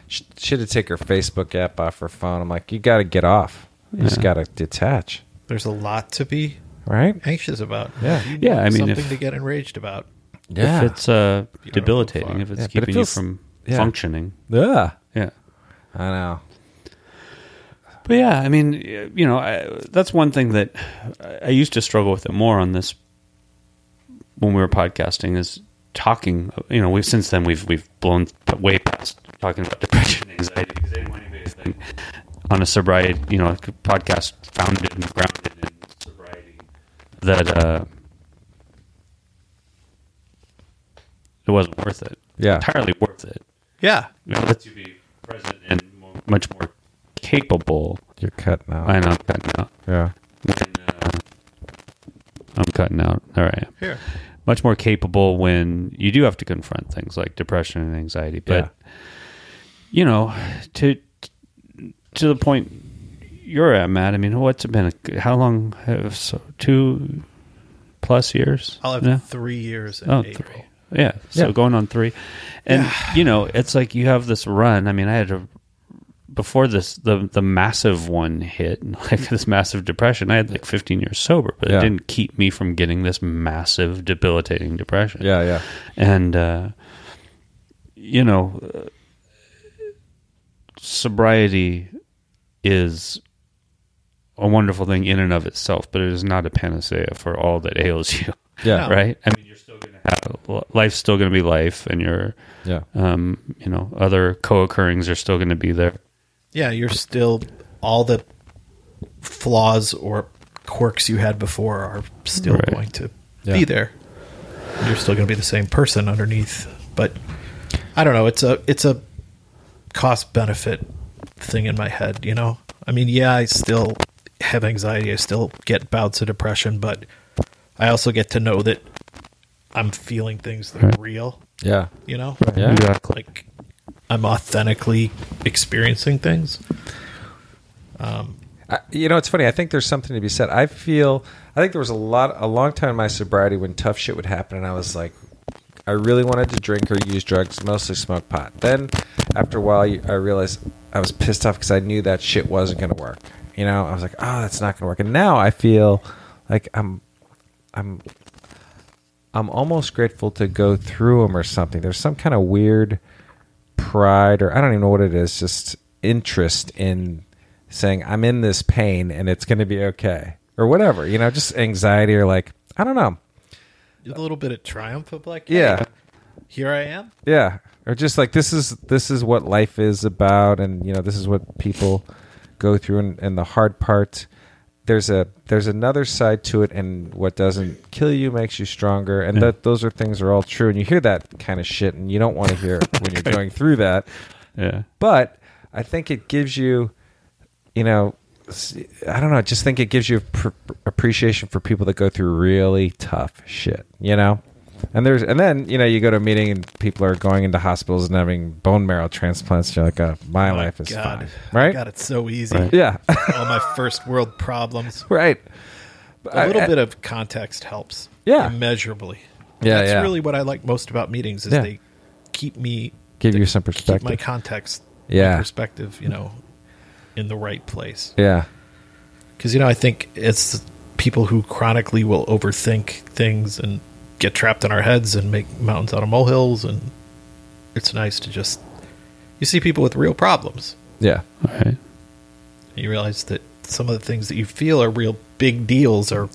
Speaker 1: sh- she had to take her Facebook app off her phone. I'm like, you got to get off. You just got to detach,
Speaker 2: There's a lot to be
Speaker 1: right?
Speaker 2: anxious about.
Speaker 1: Yeah.
Speaker 2: If you
Speaker 5: Yeah,
Speaker 2: want
Speaker 5: I mean,
Speaker 2: something
Speaker 5: if-
Speaker 2: to get enraged about.
Speaker 1: Yeah,
Speaker 5: If it's uh,
Speaker 2: You don't know
Speaker 5: debilitating,
Speaker 2: so
Speaker 5: if it's
Speaker 1: Yeah, but it
Speaker 5: keeping
Speaker 1: feels-
Speaker 5: you from
Speaker 1: yeah.
Speaker 5: functioning.
Speaker 1: yeah.
Speaker 5: Yeah.
Speaker 1: I know.
Speaker 5: But yeah, I mean, y- you know, I, that's one thing that I- I used to struggle with it more on this when we were podcasting is talking. You know, we've since then we've we've blown way past talking about depression, and anxiety, because they didn't want anybody to think on a sobriety, you know, podcast founded and grounded in sobriety that uh, it wasn't worth it.
Speaker 1: Yeah.
Speaker 5: entirely worth it.
Speaker 2: Yeah.
Speaker 5: You know, it lets you be present and more, much more capable.
Speaker 1: You're cutting out.
Speaker 5: I know, I'm cutting out.
Speaker 1: Yeah.
Speaker 5: When, uh, I'm cutting out. All right
Speaker 2: Here.
Speaker 5: much more capable when you do have to confront things like depression and anxiety. But you know, to to the point you're at, Matt. I mean, what's it been? How long? Have, so two plus years.
Speaker 2: I'll have
Speaker 5: now?
Speaker 2: three years in
Speaker 5: Oh,
Speaker 2: April.
Speaker 5: three. Yeah. So
Speaker 1: Yeah.
Speaker 5: going on three. And you know, it's like you have this run. I mean, I had a before this the the massive one hit, (laughs) like this massive depression, I had like fifteen years sober, but
Speaker 1: Yeah.
Speaker 5: it didn't keep me from getting this massive debilitating depression.
Speaker 1: Yeah. Yeah.
Speaker 5: And uh you know, uh, sobriety is a wonderful thing in and of itself, but it is not a panacea for all that ails (laughs) you
Speaker 1: Yeah.
Speaker 5: right? I mean, you're still going to have life's still going to be life, and your
Speaker 1: Yeah.
Speaker 5: um, you know, other co-occurrings are still going to be there.
Speaker 2: Yeah, you're still all the flaws or quirks you had before are still
Speaker 5: Right.
Speaker 2: going to
Speaker 1: Yeah.
Speaker 2: be there. You're still going to be the same person underneath, but I don't know, it's a it's a cost benefit thing in my head, you know. I mean, yeah, I still have anxiety, I still get bouts of depression, but I also get to know that I'm feeling things that are real,
Speaker 1: Yeah.
Speaker 2: you know?
Speaker 1: Yeah.
Speaker 5: Exactly.
Speaker 2: like I'm authentically experiencing things.
Speaker 1: I, you know, it's funny. I think there's something to be said. I feel. I think there was a lot, a long time in my sobriety when tough shit would happen, and I was like, I really wanted to drink or use drugs, mostly smoke pot. Then, after a while, you- I realized I was pissed off because I knew that shit wasn't going to work. You know, I was like, oh, that's not going to work. And now I feel like I'm, I'm, I'm almost grateful to go through them or something. There's some kind of weird pride or I don't even know what it is, just interest in saying I'm in this pain and it's going to be okay or whatever, you know, just anxiety or like I don't know.
Speaker 2: A little bit of triumph of like,
Speaker 1: Yeah.
Speaker 2: hey, here I am.
Speaker 1: Yeah. Or just like this is this is what life is about and you know, this is what people go through and, and the hard part there's a there's another side to it and what doesn't kill you makes you stronger and that those are things are all true and you hear that kind of shit and you don't want to hear it when you're going through that
Speaker 5: Yeah.
Speaker 1: but I think it gives you, you know, s- I don't know. I just think it gives you pr- appreciation for people that go through really tough shit, you know. And there's and then you know you go to a meeting and people are going into hospitals and having bone marrow transplants. You're like, oh, my life is
Speaker 2: God, (laughs)
Speaker 1: fine, right?
Speaker 2: God, it's so easy.
Speaker 1: Yeah,
Speaker 2: (laughs)
Speaker 1: (laughs)
Speaker 2: All my first world problems.
Speaker 1: right.
Speaker 2: A little
Speaker 1: I-
Speaker 2: bit of context helps.
Speaker 1: Yeah.
Speaker 2: immeasurably.
Speaker 1: Yeah,
Speaker 2: that's
Speaker 1: yeah.
Speaker 2: really what I like most about meetings is
Speaker 1: Yeah.
Speaker 2: they keep me
Speaker 1: Give you some
Speaker 2: keep my
Speaker 1: perspective.
Speaker 2: (laughs) context, my
Speaker 1: Yeah.
Speaker 2: perspective, you know, in the right place.
Speaker 1: yeah,
Speaker 2: because you know I think it's people who chronically will overthink things and get trapped in our heads and make mountains out of molehills, and it's nice to just you see people with real problems.
Speaker 1: yeah,
Speaker 5: All right.
Speaker 2: And you realize that some of the things that you feel are real big deals are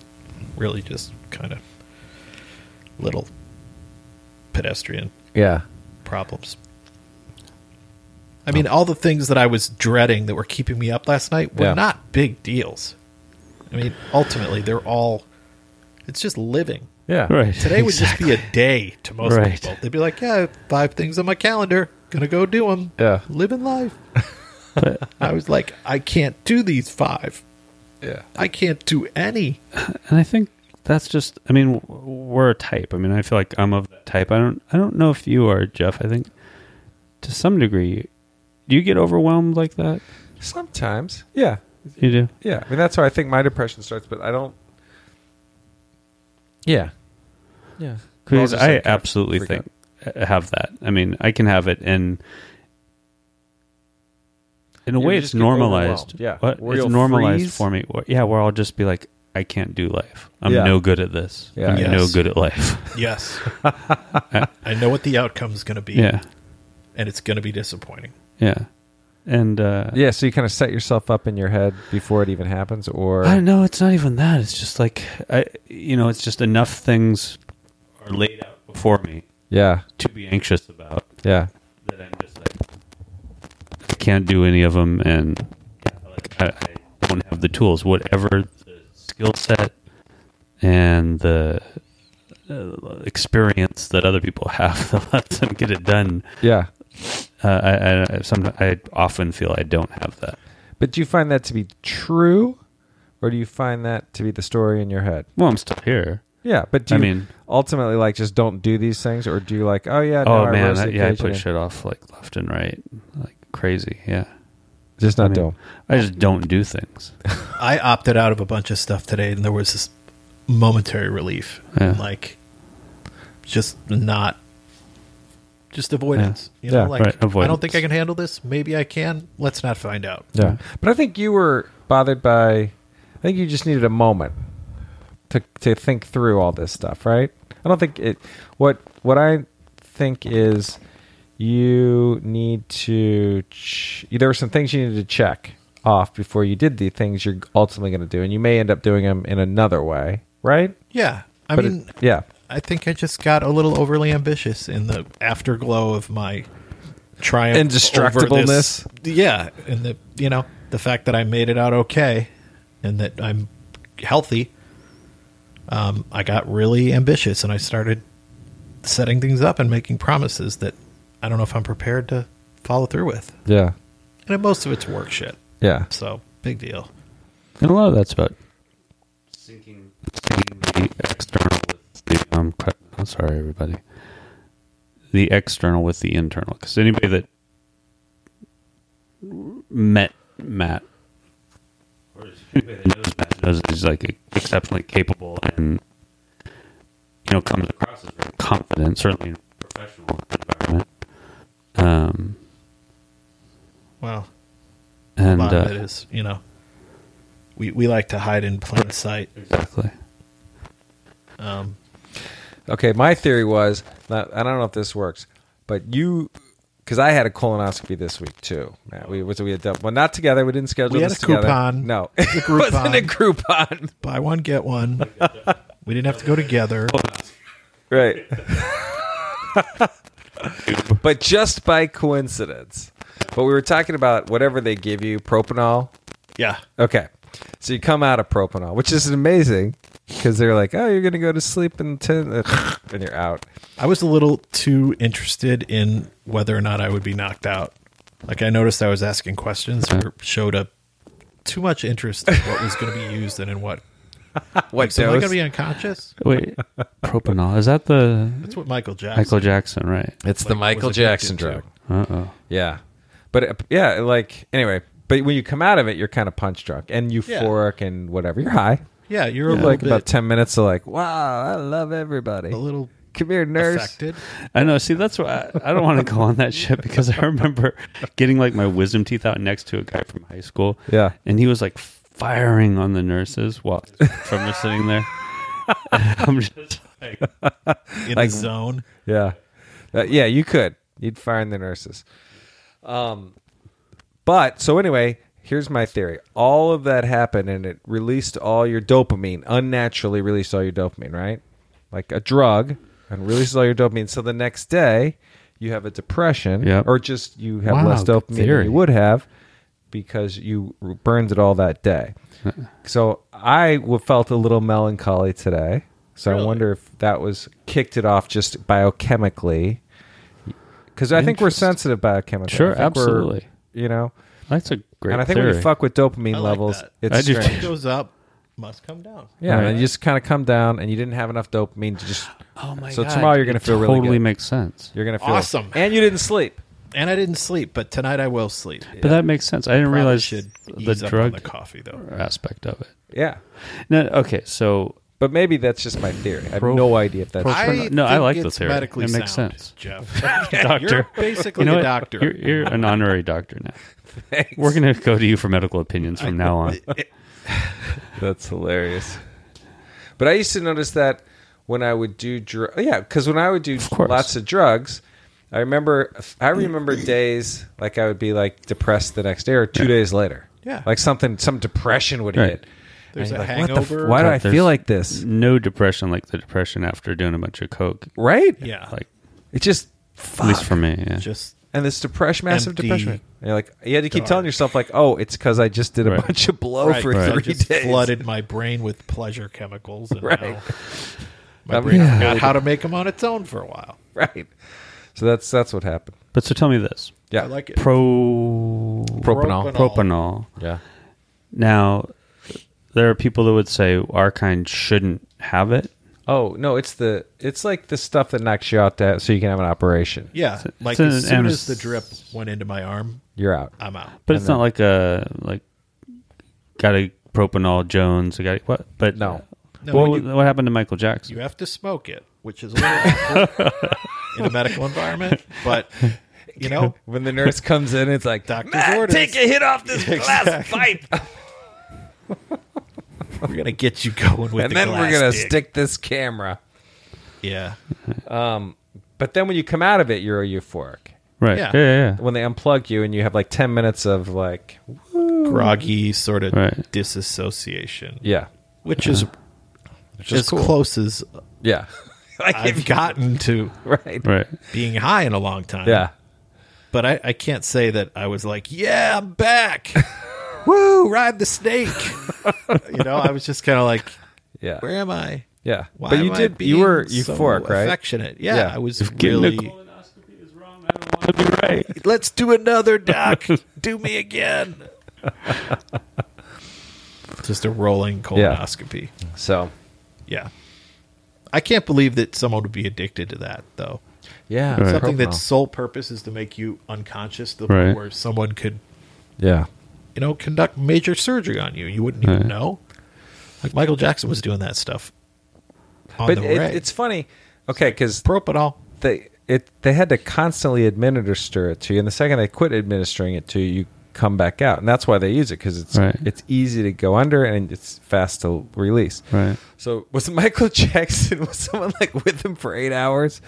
Speaker 2: really just kind of little pedestrian
Speaker 1: yeah,
Speaker 2: problems. I mean, all the things that I was dreading that were keeping me up last night were
Speaker 1: Yeah.
Speaker 2: not big deals. I mean, ultimately, they're all. It's just living.
Speaker 1: yeah.
Speaker 5: Right.
Speaker 2: Today would just be a day to most
Speaker 5: Right.
Speaker 2: people. They'd be like, "Yeah, five things on my calendar. Gonna go do them.
Speaker 1: Yeah.
Speaker 2: living life." I was like, "I can't do these five.
Speaker 1: Yeah.
Speaker 2: I can't do any."
Speaker 5: and I think that's just. I mean, w- we're a type. I mean, I feel like I'm of that type. I don't. I don't know if you are, Jeff. I think to some degree, do you get overwhelmed like that?
Speaker 1: Sometimes, yeah,
Speaker 5: You do.
Speaker 1: yeah. I mean, that's how I think my depression starts. But I don't. Yeah, yeah.
Speaker 5: Because
Speaker 1: Well, I'll just,
Speaker 5: I
Speaker 1: like, kinda
Speaker 5: absolutely
Speaker 1: freak
Speaker 5: think uh, have that. I mean, I can have it, and in a
Speaker 1: You
Speaker 5: way,
Speaker 1: just
Speaker 5: it's
Speaker 1: get
Speaker 5: normalized.
Speaker 1: overwhelmed, yeah.
Speaker 5: What?
Speaker 1: Where
Speaker 5: it's
Speaker 1: you'll
Speaker 5: normalized
Speaker 1: freeze.
Speaker 5: for me. Where- Yeah, where I'll just be like, I can't do life. I'm
Speaker 1: Yeah.
Speaker 5: no good at this.
Speaker 1: Yeah.
Speaker 5: I'm
Speaker 2: Yes.
Speaker 5: no good at life. (laughs)
Speaker 2: Yes, (laughs) I know what the outcome is going to be,
Speaker 5: yeah,
Speaker 2: and it's going to be disappointing.
Speaker 5: yeah, and uh,
Speaker 1: Yeah, so you kind of set yourself up in your head before it even happens, or
Speaker 5: I know it's not even that. It's just like I, you know, it's just enough things are laid out before me
Speaker 1: Yeah.
Speaker 5: to be anxious about.
Speaker 1: Yeah.
Speaker 5: That I'm just like I can't do any of them, and yeah, like I, I don't have the tools. Whatever the skill set and the uh, experience that other people have (laughs) that lets them get it done.
Speaker 1: Yeah.
Speaker 5: Uh, I, I, some, I often feel I don't have that.
Speaker 1: But do you find that to be true, or do you find that to be the story in your head?
Speaker 5: Well, I'm still here.
Speaker 1: Yeah, but do
Speaker 5: I
Speaker 1: you
Speaker 5: mean-
Speaker 1: ultimately like just don't do these things, or do you like, oh yeah, no,
Speaker 5: Oh
Speaker 1: I
Speaker 5: man,
Speaker 1: rose to
Speaker 5: I,
Speaker 1: the
Speaker 5: yeah, I
Speaker 1: occasion
Speaker 5: put
Speaker 1: and
Speaker 5: shit off like left and right, like crazy. Yeah,
Speaker 1: just
Speaker 5: I
Speaker 1: not
Speaker 5: mean,
Speaker 1: do 'em.
Speaker 5: I just don't do things.
Speaker 2: I opted out of a bunch of stuff today, and there was this momentary relief,
Speaker 5: Yeah.
Speaker 2: like just not, just avoidance. You know,
Speaker 1: Yeah,
Speaker 2: like
Speaker 5: right,
Speaker 2: I don't think
Speaker 5: avoidance.
Speaker 2: I can handle this. Maybe I can. Let's not find out.
Speaker 1: Yeah, but I think you were bothered by. I think you just needed a moment to to think through all this stuff, right? I don't think it. What what I think is you need to. Ch- there were some things you needed to check off before you did the things you're ultimately going to do, and you may end up doing them in another way, right?
Speaker 2: Yeah, I
Speaker 1: But it-
Speaker 2: mean,
Speaker 1: yeah,
Speaker 2: I think I just got a little overly ambitious in the afterglow of my triumph over this-
Speaker 1: Indestructibleness.
Speaker 2: yeah, and the you know the fact that I made it out okay, and that I'm healthy. Um, I got really ambitious, and I started setting things up and making promises that I don't know if I'm prepared to follow through with.
Speaker 1: yeah,
Speaker 2: And most of it's work shit,
Speaker 1: yeah.
Speaker 2: so big deal.
Speaker 5: And a lot of that's about syncing, syncing the external with the. Um, cre- I'm sorry, everybody. The external with the internal. Because anybody that met Matt, or anybody that knows Matt, knows he's like e, exceptionally capable and, you know, comes across as very confident, certainly in a professional environment. Um,
Speaker 2: Wow.
Speaker 5: and
Speaker 2: a lot of
Speaker 5: uh,
Speaker 2: it is, you know, we we like to hide in plain sight.
Speaker 5: exactly.
Speaker 2: Um,
Speaker 1: Okay, my theory was not, I don't know if this works, but you because I had a colonoscopy this week too. Matt. We was we had done well not together. We didn't schedule.
Speaker 2: We had
Speaker 1: this
Speaker 2: a
Speaker 1: together.
Speaker 2: coupon.
Speaker 1: No,
Speaker 2: It was
Speaker 1: (laughs)
Speaker 2: a
Speaker 1: it wasn't a Groupon.
Speaker 2: buy one get one. we didn't have to go together.
Speaker 1: right. (laughs) but just by coincidence. But we were talking about whatever they give you, propanol.
Speaker 2: Yeah,
Speaker 1: Okay. So you come out of propanol, which is amazing because they're like, oh, you're going to go to sleep in 10, (laughs) and you're out.
Speaker 2: I was a little too interested in whether or not I would be knocked out. Like I noticed I was asking questions or showed up too much interest in what was going to be used and in what.
Speaker 1: What
Speaker 2: So am I going
Speaker 1: dose?
Speaker 2: to be unconscious?
Speaker 5: Wait, (laughs) propanol. Is that the
Speaker 2: That's what Michael Jackson.
Speaker 5: Michael Jackson, right?
Speaker 1: It's the Michael
Speaker 2: was
Speaker 1: Jackson
Speaker 2: addicted to.
Speaker 1: drug.
Speaker 5: Uh oh.
Speaker 1: Yeah. But uh, yeah, like anyway, but when you come out of it, you're kind of punch drunk and euphoric and whatever. You're high.
Speaker 2: yeah, you're a little
Speaker 1: Like
Speaker 2: bit,
Speaker 1: about 10 minutes of like, wow, I love everybody.
Speaker 2: a little
Speaker 1: come here, nurse.
Speaker 2: affected.
Speaker 5: I know. See, that's why I, I don't want to go on that shit because I remember getting like my wisdom teeth out next to a guy from high school.
Speaker 1: Yeah.
Speaker 5: And he was like firing on the nurses while from us sitting there. (laughs) I'm just like,
Speaker 2: in the zone.
Speaker 1: Yeah. Uh, yeah, you could. You'd find the nurses. Um, but so anyway, here's my theory. All of that happened and it released all your dopamine, unnaturally released all your dopamine, right? Like a drug and releases all your dopamine. So the next day, you have a depression
Speaker 5: Yep.
Speaker 1: or just you have
Speaker 5: Wow,
Speaker 1: less
Speaker 5: good
Speaker 1: dopamine than
Speaker 5: theory.
Speaker 1: you would have because you burned it all that day.
Speaker 5: Uh.
Speaker 1: so I w- felt a little melancholy today. So I wonder if that was kicked it off just biochemically. Because I think we're
Speaker 5: Interesting.
Speaker 1: sensitive biochemically.
Speaker 5: Sure,
Speaker 1: I think we're-
Speaker 5: absolutely.
Speaker 1: You know,
Speaker 5: that's a great.
Speaker 1: and I think when you
Speaker 5: theory.
Speaker 1: fuck with dopamine
Speaker 2: I like
Speaker 1: levels,
Speaker 2: that.
Speaker 1: it's
Speaker 5: I do
Speaker 1: strange.
Speaker 2: What goes up must come down.
Speaker 1: Yeah,
Speaker 5: Right.
Speaker 1: and you just kind of come down, and you didn't have enough dopamine to just.
Speaker 5: Oh my
Speaker 1: So
Speaker 5: God,
Speaker 1: tomorrow you're gonna
Speaker 5: it
Speaker 1: feel really
Speaker 5: totally
Speaker 1: good.
Speaker 5: makes sense.
Speaker 1: You're gonna feel
Speaker 2: Awesome.
Speaker 1: and you didn't sleep.
Speaker 2: And I didn't sleep, but tonight I will sleep.
Speaker 5: But that makes sense. I didn't
Speaker 2: Probably
Speaker 5: realize
Speaker 2: should
Speaker 5: the
Speaker 2: ease up on
Speaker 5: drug
Speaker 2: the coffee though.
Speaker 5: aspect of it.
Speaker 1: Yeah,
Speaker 5: No, okay, so
Speaker 1: but maybe that's just my theory. I have
Speaker 5: Pro-
Speaker 1: no idea if that's
Speaker 5: I no, I
Speaker 2: think
Speaker 5: like the
Speaker 2: it's
Speaker 5: theory.
Speaker 2: medically
Speaker 5: It makes
Speaker 2: sound,
Speaker 5: sense. (laughs)
Speaker 2: Jeff.
Speaker 5: doctor.
Speaker 2: (laughs) You're basically
Speaker 5: You know
Speaker 2: a
Speaker 5: what?
Speaker 2: doctor.
Speaker 5: You're, you're an honorary doctor now.
Speaker 1: (laughs) Thanks.
Speaker 5: We're going to go to you for medical opinions from now on.
Speaker 1: That's hilarious. But I used to notice that when I would do dr- oh, yeah, because when I would do
Speaker 5: course.
Speaker 1: lots of drugs, I remember I
Speaker 5: (clears throat)
Speaker 1: remember days like I would be like depressed the next day or two days later.
Speaker 2: Yeah.
Speaker 1: like something some depression would
Speaker 5: Right.
Speaker 1: hit.
Speaker 2: There's
Speaker 1: And
Speaker 2: a
Speaker 1: you're like, what the f-
Speaker 2: hangover.
Speaker 1: why do
Speaker 5: God,
Speaker 1: I
Speaker 5: there's
Speaker 1: feel like this?
Speaker 5: No depression like the depression after doing a bunch of coke.
Speaker 1: Right?
Speaker 2: Yeah.
Speaker 5: Like
Speaker 1: It just
Speaker 5: At
Speaker 1: fuck.
Speaker 5: least for me. Yeah.
Speaker 2: Just
Speaker 1: and this depression, massive
Speaker 2: Empty
Speaker 1: depression. And you're like you had to keep telling yourself like, oh, it's because I just did a
Speaker 5: Right.
Speaker 1: bunch of blow
Speaker 2: right,
Speaker 1: Oh, for
Speaker 2: I
Speaker 1: three
Speaker 2: just
Speaker 1: days.
Speaker 2: flooded my brain with pleasure chemicals, and
Speaker 1: Right.
Speaker 2: now my
Speaker 1: I'm
Speaker 2: brain
Speaker 1: yeah.
Speaker 2: forgot how to make them on its own for a while.
Speaker 1: (laughs) Right. So that's that's what happened.
Speaker 5: But so tell me this:
Speaker 1: Yeah.
Speaker 2: I like it.
Speaker 5: pro
Speaker 1: propanol.
Speaker 5: propanol.
Speaker 1: Yeah.
Speaker 5: Now, there are people that would say our kind shouldn't have it.
Speaker 1: Oh no, it's the it's like the stuff that knocks you out that so you can have an operation.
Speaker 2: Yeah, like
Speaker 5: an
Speaker 2: as soon as
Speaker 5: anest-
Speaker 2: the drip went into my arm,
Speaker 1: You're out.
Speaker 2: I'm out.
Speaker 5: But it's
Speaker 1: then-
Speaker 5: not like a like got a propanol Jones. I got what? But uh,
Speaker 1: No.
Speaker 2: No,
Speaker 5: what,
Speaker 2: when
Speaker 5: what happened to Michael Jackson?
Speaker 2: You have to smoke it, which is a little
Speaker 5: (laughs)
Speaker 2: awkward in a medical environment, but you know,
Speaker 1: When the (laughs) nurse comes in, it's like
Speaker 2: Doctor's
Speaker 1: "Matt,
Speaker 2: orders."
Speaker 1: Take a hit off
Speaker 2: (laughs)
Speaker 1: this glass pipe,
Speaker 2: we're gonna get you going with.
Speaker 1: and
Speaker 2: the
Speaker 1: then we're
Speaker 2: glass
Speaker 1: gonna
Speaker 2: dick.
Speaker 1: stick this camera.
Speaker 2: Yeah,
Speaker 1: But then when you come out of it, you're euphoric.
Speaker 5: right.
Speaker 2: Yeah.
Speaker 5: Yeah. Yeah. yeah.
Speaker 1: When they unplug you and you have like ten minutes of like,
Speaker 2: groggy sort of
Speaker 5: Right.
Speaker 2: disassociation,
Speaker 1: yeah,
Speaker 2: which is
Speaker 1: which
Speaker 2: as
Speaker 1: is cool.
Speaker 2: close as
Speaker 1: Yeah, (laughs) like
Speaker 2: I've
Speaker 1: if-
Speaker 2: gotten to
Speaker 1: (laughs) right.
Speaker 5: Right.
Speaker 2: being high in a long time.
Speaker 1: Yeah.
Speaker 2: but I, I can't say that I was like, yeah, I'm back. (laughs) Woo, ride
Speaker 1: (laughs)
Speaker 2: the snake. you know, I was just kind of like,
Speaker 1: Yeah.
Speaker 2: where am I?
Speaker 1: Yeah.
Speaker 2: Why
Speaker 1: but you
Speaker 2: am I
Speaker 1: did. You
Speaker 2: being
Speaker 1: were
Speaker 2: so
Speaker 1: euphoric, right?
Speaker 2: Affectionate. Yeah,
Speaker 1: Yeah.
Speaker 2: I was
Speaker 5: Getting
Speaker 2: really.
Speaker 5: a colonoscopy is wrong. I don't want to be
Speaker 2: (laughs)
Speaker 5: right.
Speaker 2: Let's do another (laughs) doc. do me again. (laughs) Just a rolling colonoscopy. Yeah.
Speaker 1: So.
Speaker 2: I can't believe that someone would be addicted to that, though.
Speaker 1: Yeah.
Speaker 2: Something
Speaker 1: propanol.
Speaker 2: that's sole purpose is to make you unconscious, the
Speaker 5: Right.
Speaker 2: point where someone could
Speaker 1: yeah.
Speaker 2: you know, conduct major surgery on you. You wouldn't even
Speaker 5: Right.
Speaker 2: know. Like Michael Jackson was doing that stuff. On
Speaker 1: But
Speaker 2: the
Speaker 1: it,
Speaker 2: reg.
Speaker 1: it's funny. Okay, because
Speaker 2: propanol.
Speaker 1: they it they had to constantly administer it to you, and the second they quit administering it to you, you come back out, and that's why they use it because it's
Speaker 5: Right.
Speaker 1: it's easy to go under and it's fast to release.
Speaker 5: Right.
Speaker 1: So was Michael (laughs) Jackson was someone like with him for eight hours,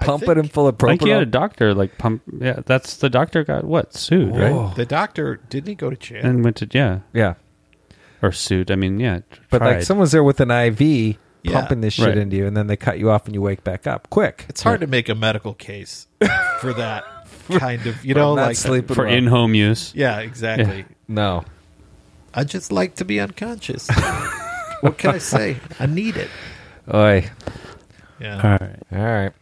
Speaker 1: pumping
Speaker 2: think-
Speaker 1: him full of
Speaker 5: I think he had a
Speaker 1: propanol?
Speaker 5: doctor like pump. Yeah, that's the doctor got what sued,
Speaker 1: Oh.
Speaker 5: right?
Speaker 2: The doctor didn't he go to jail?
Speaker 5: Oh. And went to yeah
Speaker 1: yeah,
Speaker 5: or sued. I mean yeah,
Speaker 1: but like
Speaker 5: tried.
Speaker 1: someone's there with an IV
Speaker 2: Yeah.
Speaker 1: pumping this shit
Speaker 5: Right.
Speaker 1: into you, and then they cut you off and you wake back up quick.
Speaker 2: it's hard to make a medical case for that
Speaker 5: (laughs)
Speaker 2: kind of you know
Speaker 1: I'm not
Speaker 2: like
Speaker 1: sleeping
Speaker 5: for
Speaker 1: well.
Speaker 5: in home use.
Speaker 2: Yeah, exactly.
Speaker 5: Yeah.
Speaker 1: No,
Speaker 2: I just like to be
Speaker 5: (laughs)
Speaker 2: unconscious. what can I say? I need it.
Speaker 1: Oy.
Speaker 2: Yeah.
Speaker 5: All right.
Speaker 1: all right.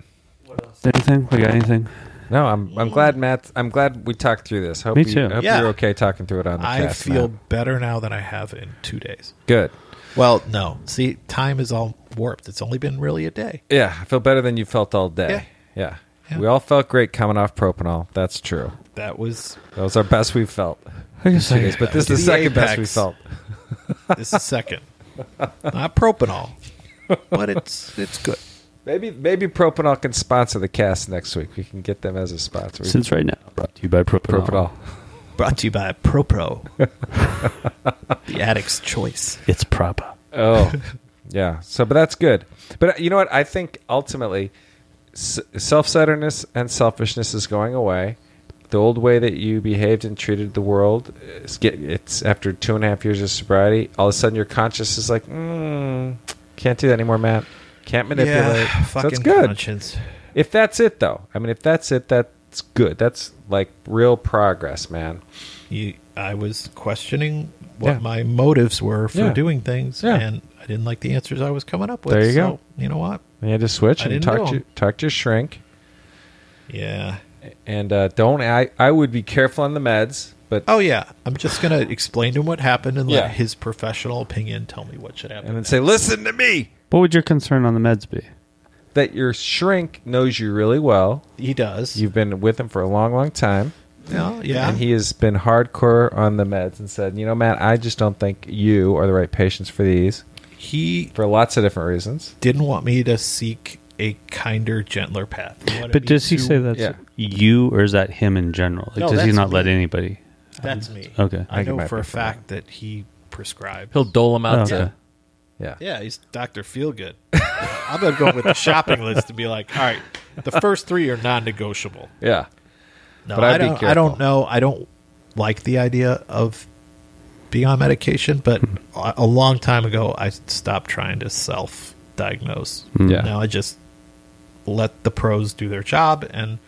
Speaker 5: Anything? We got anything?
Speaker 1: No, I'm I'm glad Matt. I'm glad we talked through this. Hope
Speaker 5: Me
Speaker 1: You,
Speaker 5: too.
Speaker 1: hope
Speaker 2: Yeah.
Speaker 1: you're okay talking through it on the
Speaker 2: I
Speaker 1: cast,
Speaker 2: feel
Speaker 1: Matt.
Speaker 2: better now than I have in two days.
Speaker 1: good.
Speaker 2: Well, no. See, time is all warped. It's only been really a day.
Speaker 1: Yeah, I feel better than you felt all day. Yeah.
Speaker 2: Yeah.
Speaker 1: we all felt great coming off propanol. That's true.
Speaker 2: That was
Speaker 1: That was our best we've felt.
Speaker 5: I guess I,
Speaker 1: But this is the,
Speaker 2: The
Speaker 1: second best we
Speaker 2: apex.
Speaker 1: felt.
Speaker 2: This is
Speaker 5: (laughs)
Speaker 2: second. Not propanol, but it's it's good.
Speaker 1: Maybe maybe propanol can sponsor the cast next week. We can get them as a sponsor. We
Speaker 5: since right now brought to you by propanol.
Speaker 1: propanol.
Speaker 2: Brought to you by
Speaker 5: (laughs)
Speaker 2: ProPro, the addict's choice.
Speaker 5: It's proper.
Speaker 1: Oh, yeah. So, but that's good. But uh, you know what? I think ultimately, s- self-centeredness and selfishness is going away. The old way that you behaved and treated the world is get it's after two and a half years of sobriety. All of a sudden, your conscience is like, mm, can't do that anymore, Matt. Can't manipulate. so
Speaker 2: fucking
Speaker 1: that's good.
Speaker 2: conscience.
Speaker 1: If that's it, though, I mean, if that's it, that's good. That's like real progress, man.
Speaker 2: You, I was questioning what
Speaker 1: Yeah.
Speaker 2: my motives were for
Speaker 1: Yeah.
Speaker 2: doing things,
Speaker 1: Yeah.
Speaker 2: and I didn't like the answers I was coming up with.
Speaker 1: There you
Speaker 2: so,
Speaker 1: go.
Speaker 2: You know what?
Speaker 1: You had to switch
Speaker 2: I
Speaker 1: and
Speaker 2: didn't
Speaker 1: talk
Speaker 2: know.
Speaker 1: to talk to your shrink.
Speaker 2: Yeah.
Speaker 1: and uh, don't I, I would be careful on the meds but
Speaker 2: Oh yeah. I'm just gonna explain to him what happened and
Speaker 1: Yeah.
Speaker 2: let his professional opinion tell me what should happen.
Speaker 1: and then say listen to me
Speaker 5: What would your concern on the meds be?
Speaker 1: that your shrink knows you really well
Speaker 2: he does.
Speaker 1: you've been with him for a long long time
Speaker 2: yeah. yeah.
Speaker 1: and he has been hardcore on the meds and said you know matt i just don't think you are the right patients for these
Speaker 2: he
Speaker 1: for lots of different reasons
Speaker 2: didn't want me to seek a kinder, gentler path. He wanted
Speaker 5: But
Speaker 2: me
Speaker 5: does he
Speaker 2: to-
Speaker 5: say that's
Speaker 1: yeah.
Speaker 5: you or is that him in general? Like,
Speaker 2: No,
Speaker 5: does he
Speaker 2: that's
Speaker 5: not let
Speaker 2: me.
Speaker 5: anybody?
Speaker 2: That's me.
Speaker 5: Okay.
Speaker 2: I,
Speaker 1: I think it
Speaker 2: know
Speaker 1: might
Speaker 2: for
Speaker 1: be
Speaker 2: a
Speaker 1: for that.
Speaker 2: fact that he prescribed.
Speaker 1: dole them
Speaker 5: Oh, okay.
Speaker 1: yeah
Speaker 2: yeah, he's Doctor Feelgood. I'm gonna go with the shopping list and be like, all right, the first three are non-negotiable.
Speaker 1: yeah
Speaker 2: No,
Speaker 1: But
Speaker 2: I
Speaker 1: I'd be
Speaker 2: don't. I don't
Speaker 1: careful.
Speaker 2: know. I don't like the idea of being on medication. But a a long time ago, I stopped trying to self-diagnose.
Speaker 1: Hmm. Yeah.
Speaker 2: Now I just let the pros do their job and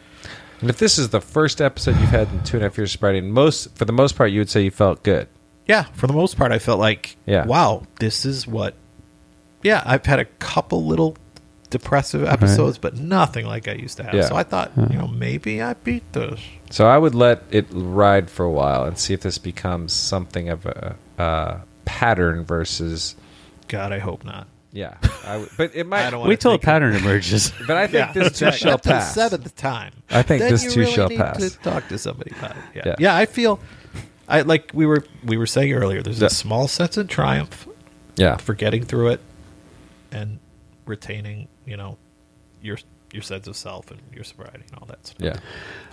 Speaker 1: And if this is the first episode you've had in two and a half years of sobriety, and most for the most part, you would say you felt good.
Speaker 2: yeah, for the most part, I felt like,
Speaker 1: Yeah.
Speaker 2: wow, this is what. Yeah, I've had a couple little depressive episodes, but nothing like I used to have.
Speaker 1: Yeah.
Speaker 2: So I thought, you know, maybe I beat this.
Speaker 1: So I would let it ride for a while and see if this becomes something of a, a pattern versus.
Speaker 2: God, I hope not.
Speaker 1: Yeah, I would, but it
Speaker 5: (laughs)
Speaker 1: might.
Speaker 2: I don't wanna
Speaker 5: Wait till a
Speaker 2: think of- (laughs)
Speaker 5: pattern emerges. (laughs)
Speaker 1: but I think this too
Speaker 2: exactly.
Speaker 1: shall
Speaker 2: Up to
Speaker 1: pass.
Speaker 2: Seven at the time.
Speaker 1: I think
Speaker 2: Then
Speaker 1: this
Speaker 2: you
Speaker 1: too
Speaker 2: really
Speaker 1: shall
Speaker 2: need
Speaker 1: pass.
Speaker 2: To talk to somebody about it. Yeah.
Speaker 1: Yeah.
Speaker 2: yeah, I feel, I like we were we were saying earlier. There's a small sense of triumph
Speaker 1: Yeah,
Speaker 2: for getting through it and retaining, you know, your your sense of self and your sobriety and all that stuff.
Speaker 1: yeah,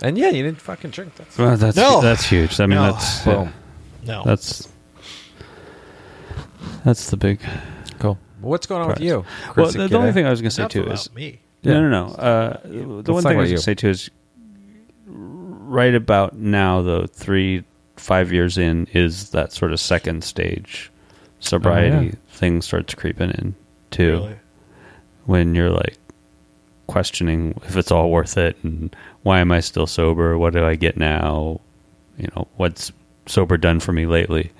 Speaker 1: and yeah, you didn't fucking drink. That's
Speaker 5: Well, that's
Speaker 2: No.
Speaker 5: that's huge. I mean,
Speaker 2: No.
Speaker 5: that's
Speaker 1: boom.
Speaker 2: No.
Speaker 5: that's that's the big.
Speaker 1: Cool. What's going on with
Speaker 5: Right.
Speaker 1: you?
Speaker 5: Well,
Speaker 1: Chrissy
Speaker 5: the, the only
Speaker 1: Kidde?
Speaker 5: thing I was going to say
Speaker 2: Enough
Speaker 5: too
Speaker 2: about
Speaker 5: is
Speaker 2: me.
Speaker 1: Yeah.
Speaker 5: no, no, no. Uh, the
Speaker 1: talk
Speaker 5: one thing I
Speaker 1: about
Speaker 5: was
Speaker 1: you.
Speaker 5: going to say too is right about now, though, three, five years in is that sort of second stage
Speaker 1: Oh,
Speaker 5: sobriety thing starts creeping in too
Speaker 2: Really.
Speaker 5: when you're like questioning if it's all worth it and why am I still sober? What do I get now? You know, what's sober done for me lately?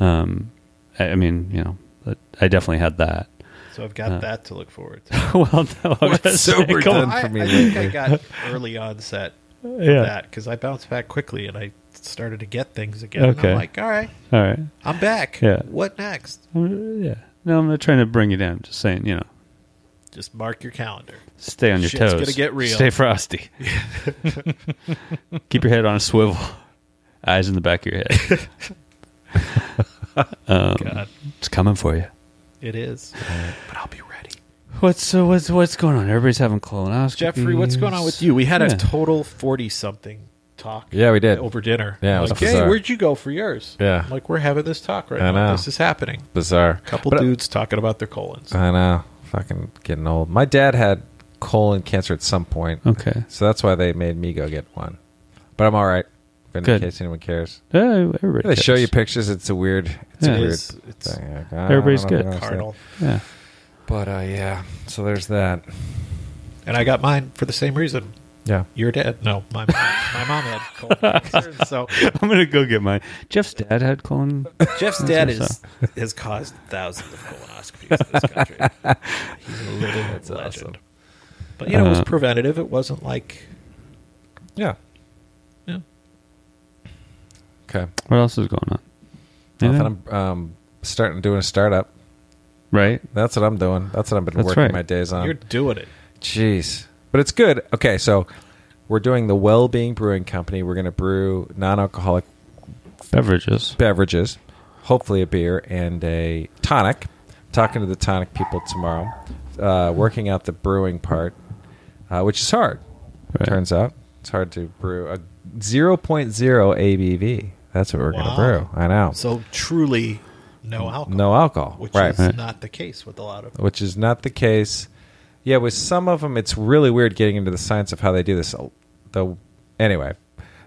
Speaker 5: Um, I, I mean, you know, but I definitely had that. (laughs)
Speaker 2: So I've got
Speaker 5: Uh,
Speaker 2: that to look forward
Speaker 5: (laughs)
Speaker 2: to.
Speaker 5: well, no, I'm
Speaker 1: What's
Speaker 5: just
Speaker 1: sober
Speaker 5: saying, come
Speaker 1: done?
Speaker 5: on.
Speaker 2: I,
Speaker 1: for me
Speaker 2: I think I
Speaker 1: lately.
Speaker 5: (laughs)
Speaker 2: got early onset
Speaker 5: Yeah.
Speaker 2: that because I bounced back quickly and I started to get things again. And
Speaker 5: Okay.
Speaker 2: I'm like, all right,
Speaker 5: All right.
Speaker 2: I'm back.
Speaker 5: Yeah.
Speaker 2: What next?
Speaker 5: Uh, Yeah. No, I'm not trying to bring you down. I'm just saying, you know,
Speaker 2: Just mark your calendar.
Speaker 5: stay on your
Speaker 2: Shit's
Speaker 5: toes.
Speaker 2: gonna get real. (laughs)
Speaker 5: Stay frosty. (laughs) Keep your head on a swivel. Eyes in the back of your
Speaker 2: (laughs)
Speaker 5: head. Um,
Speaker 2: God,
Speaker 5: It's coming for you.
Speaker 2: it is. But I'll be ready.
Speaker 5: What's so what's what's going on? Everybody's having colonoscopies.
Speaker 2: Jeffrey, what's going on with you? We had
Speaker 5: Yeah.
Speaker 2: a total 40 something talk.
Speaker 1: Yeah, we did.
Speaker 2: Over dinner.
Speaker 1: Yeah, it was
Speaker 2: Like, hey,
Speaker 1: bizarre.
Speaker 2: where'd you go for yours?
Speaker 1: Yeah.
Speaker 2: I'm like, we're having this talk right
Speaker 1: I
Speaker 2: now.
Speaker 1: know.
Speaker 2: This is happening.
Speaker 1: Bizarre.
Speaker 2: couple
Speaker 1: But- uh,
Speaker 2: dudes talking about their colons.
Speaker 1: I know. Fucking getting old. My dad had colon cancer at some point.
Speaker 5: Okay.
Speaker 1: So that's why they made me go get one. But I'm all right. But in
Speaker 5: Good.
Speaker 1: case anyone cares.
Speaker 5: Uh, everybody
Speaker 1: They show
Speaker 5: cares.
Speaker 1: you pictures. It's a weird. It's
Speaker 5: Yeah.
Speaker 1: a
Speaker 5: It
Speaker 1: weird.
Speaker 2: is. It's
Speaker 1: thing. Like, I don't know
Speaker 5: everybody's
Speaker 1: if
Speaker 5: good.
Speaker 1: I understand.
Speaker 2: Cardinal.
Speaker 5: Yeah. (laughs)
Speaker 1: But uh, yeah. So there's that.
Speaker 2: And I got mine for the same reason.
Speaker 1: Yeah.
Speaker 2: Your dad? No, my mom, my mom
Speaker 1: (laughs)
Speaker 2: had colon cancer. So
Speaker 5: I'm gonna go get mine. Jeff's dad had colon.
Speaker 2: Jeff's dad is has caused thousands of colonoscopies in this country.
Speaker 1: (laughs)
Speaker 2: He's a living legend.
Speaker 1: awesome.
Speaker 2: But you know, it was
Speaker 5: Uh,
Speaker 2: preventative. It wasn't like
Speaker 1: Yeah.
Speaker 2: yeah.
Speaker 1: Okay.
Speaker 5: What else is going on?
Speaker 1: Nothing.
Speaker 5: Anything?
Speaker 1: I'm um, starting doing a startup.
Speaker 5: Right.
Speaker 1: That's what I'm doing. That's what I've been
Speaker 5: That's
Speaker 1: working
Speaker 5: right.
Speaker 1: my days on.
Speaker 2: you're doing it.
Speaker 1: Jeez. But it's good. Okay, so we're doing the Well Being Brewing Company. We're going to brew non alcoholic
Speaker 5: Beverages.
Speaker 1: beverages, hopefully a beer and a tonic. Talking to the tonic people tomorrow, uh, working out the brewing part, uh, which is hard.
Speaker 5: Right.
Speaker 1: Turns out it's hard to brew a 0.0 ABV. That's what we're going
Speaker 2: Wow.
Speaker 1: to brew. I know.
Speaker 2: So truly, no alcohol,
Speaker 1: no alcohol.
Speaker 2: which
Speaker 1: right.
Speaker 2: is not the case with a lot of.
Speaker 1: which is not the case. Yeah, with some of them, it's really weird getting into the science of how they do this. The anyway,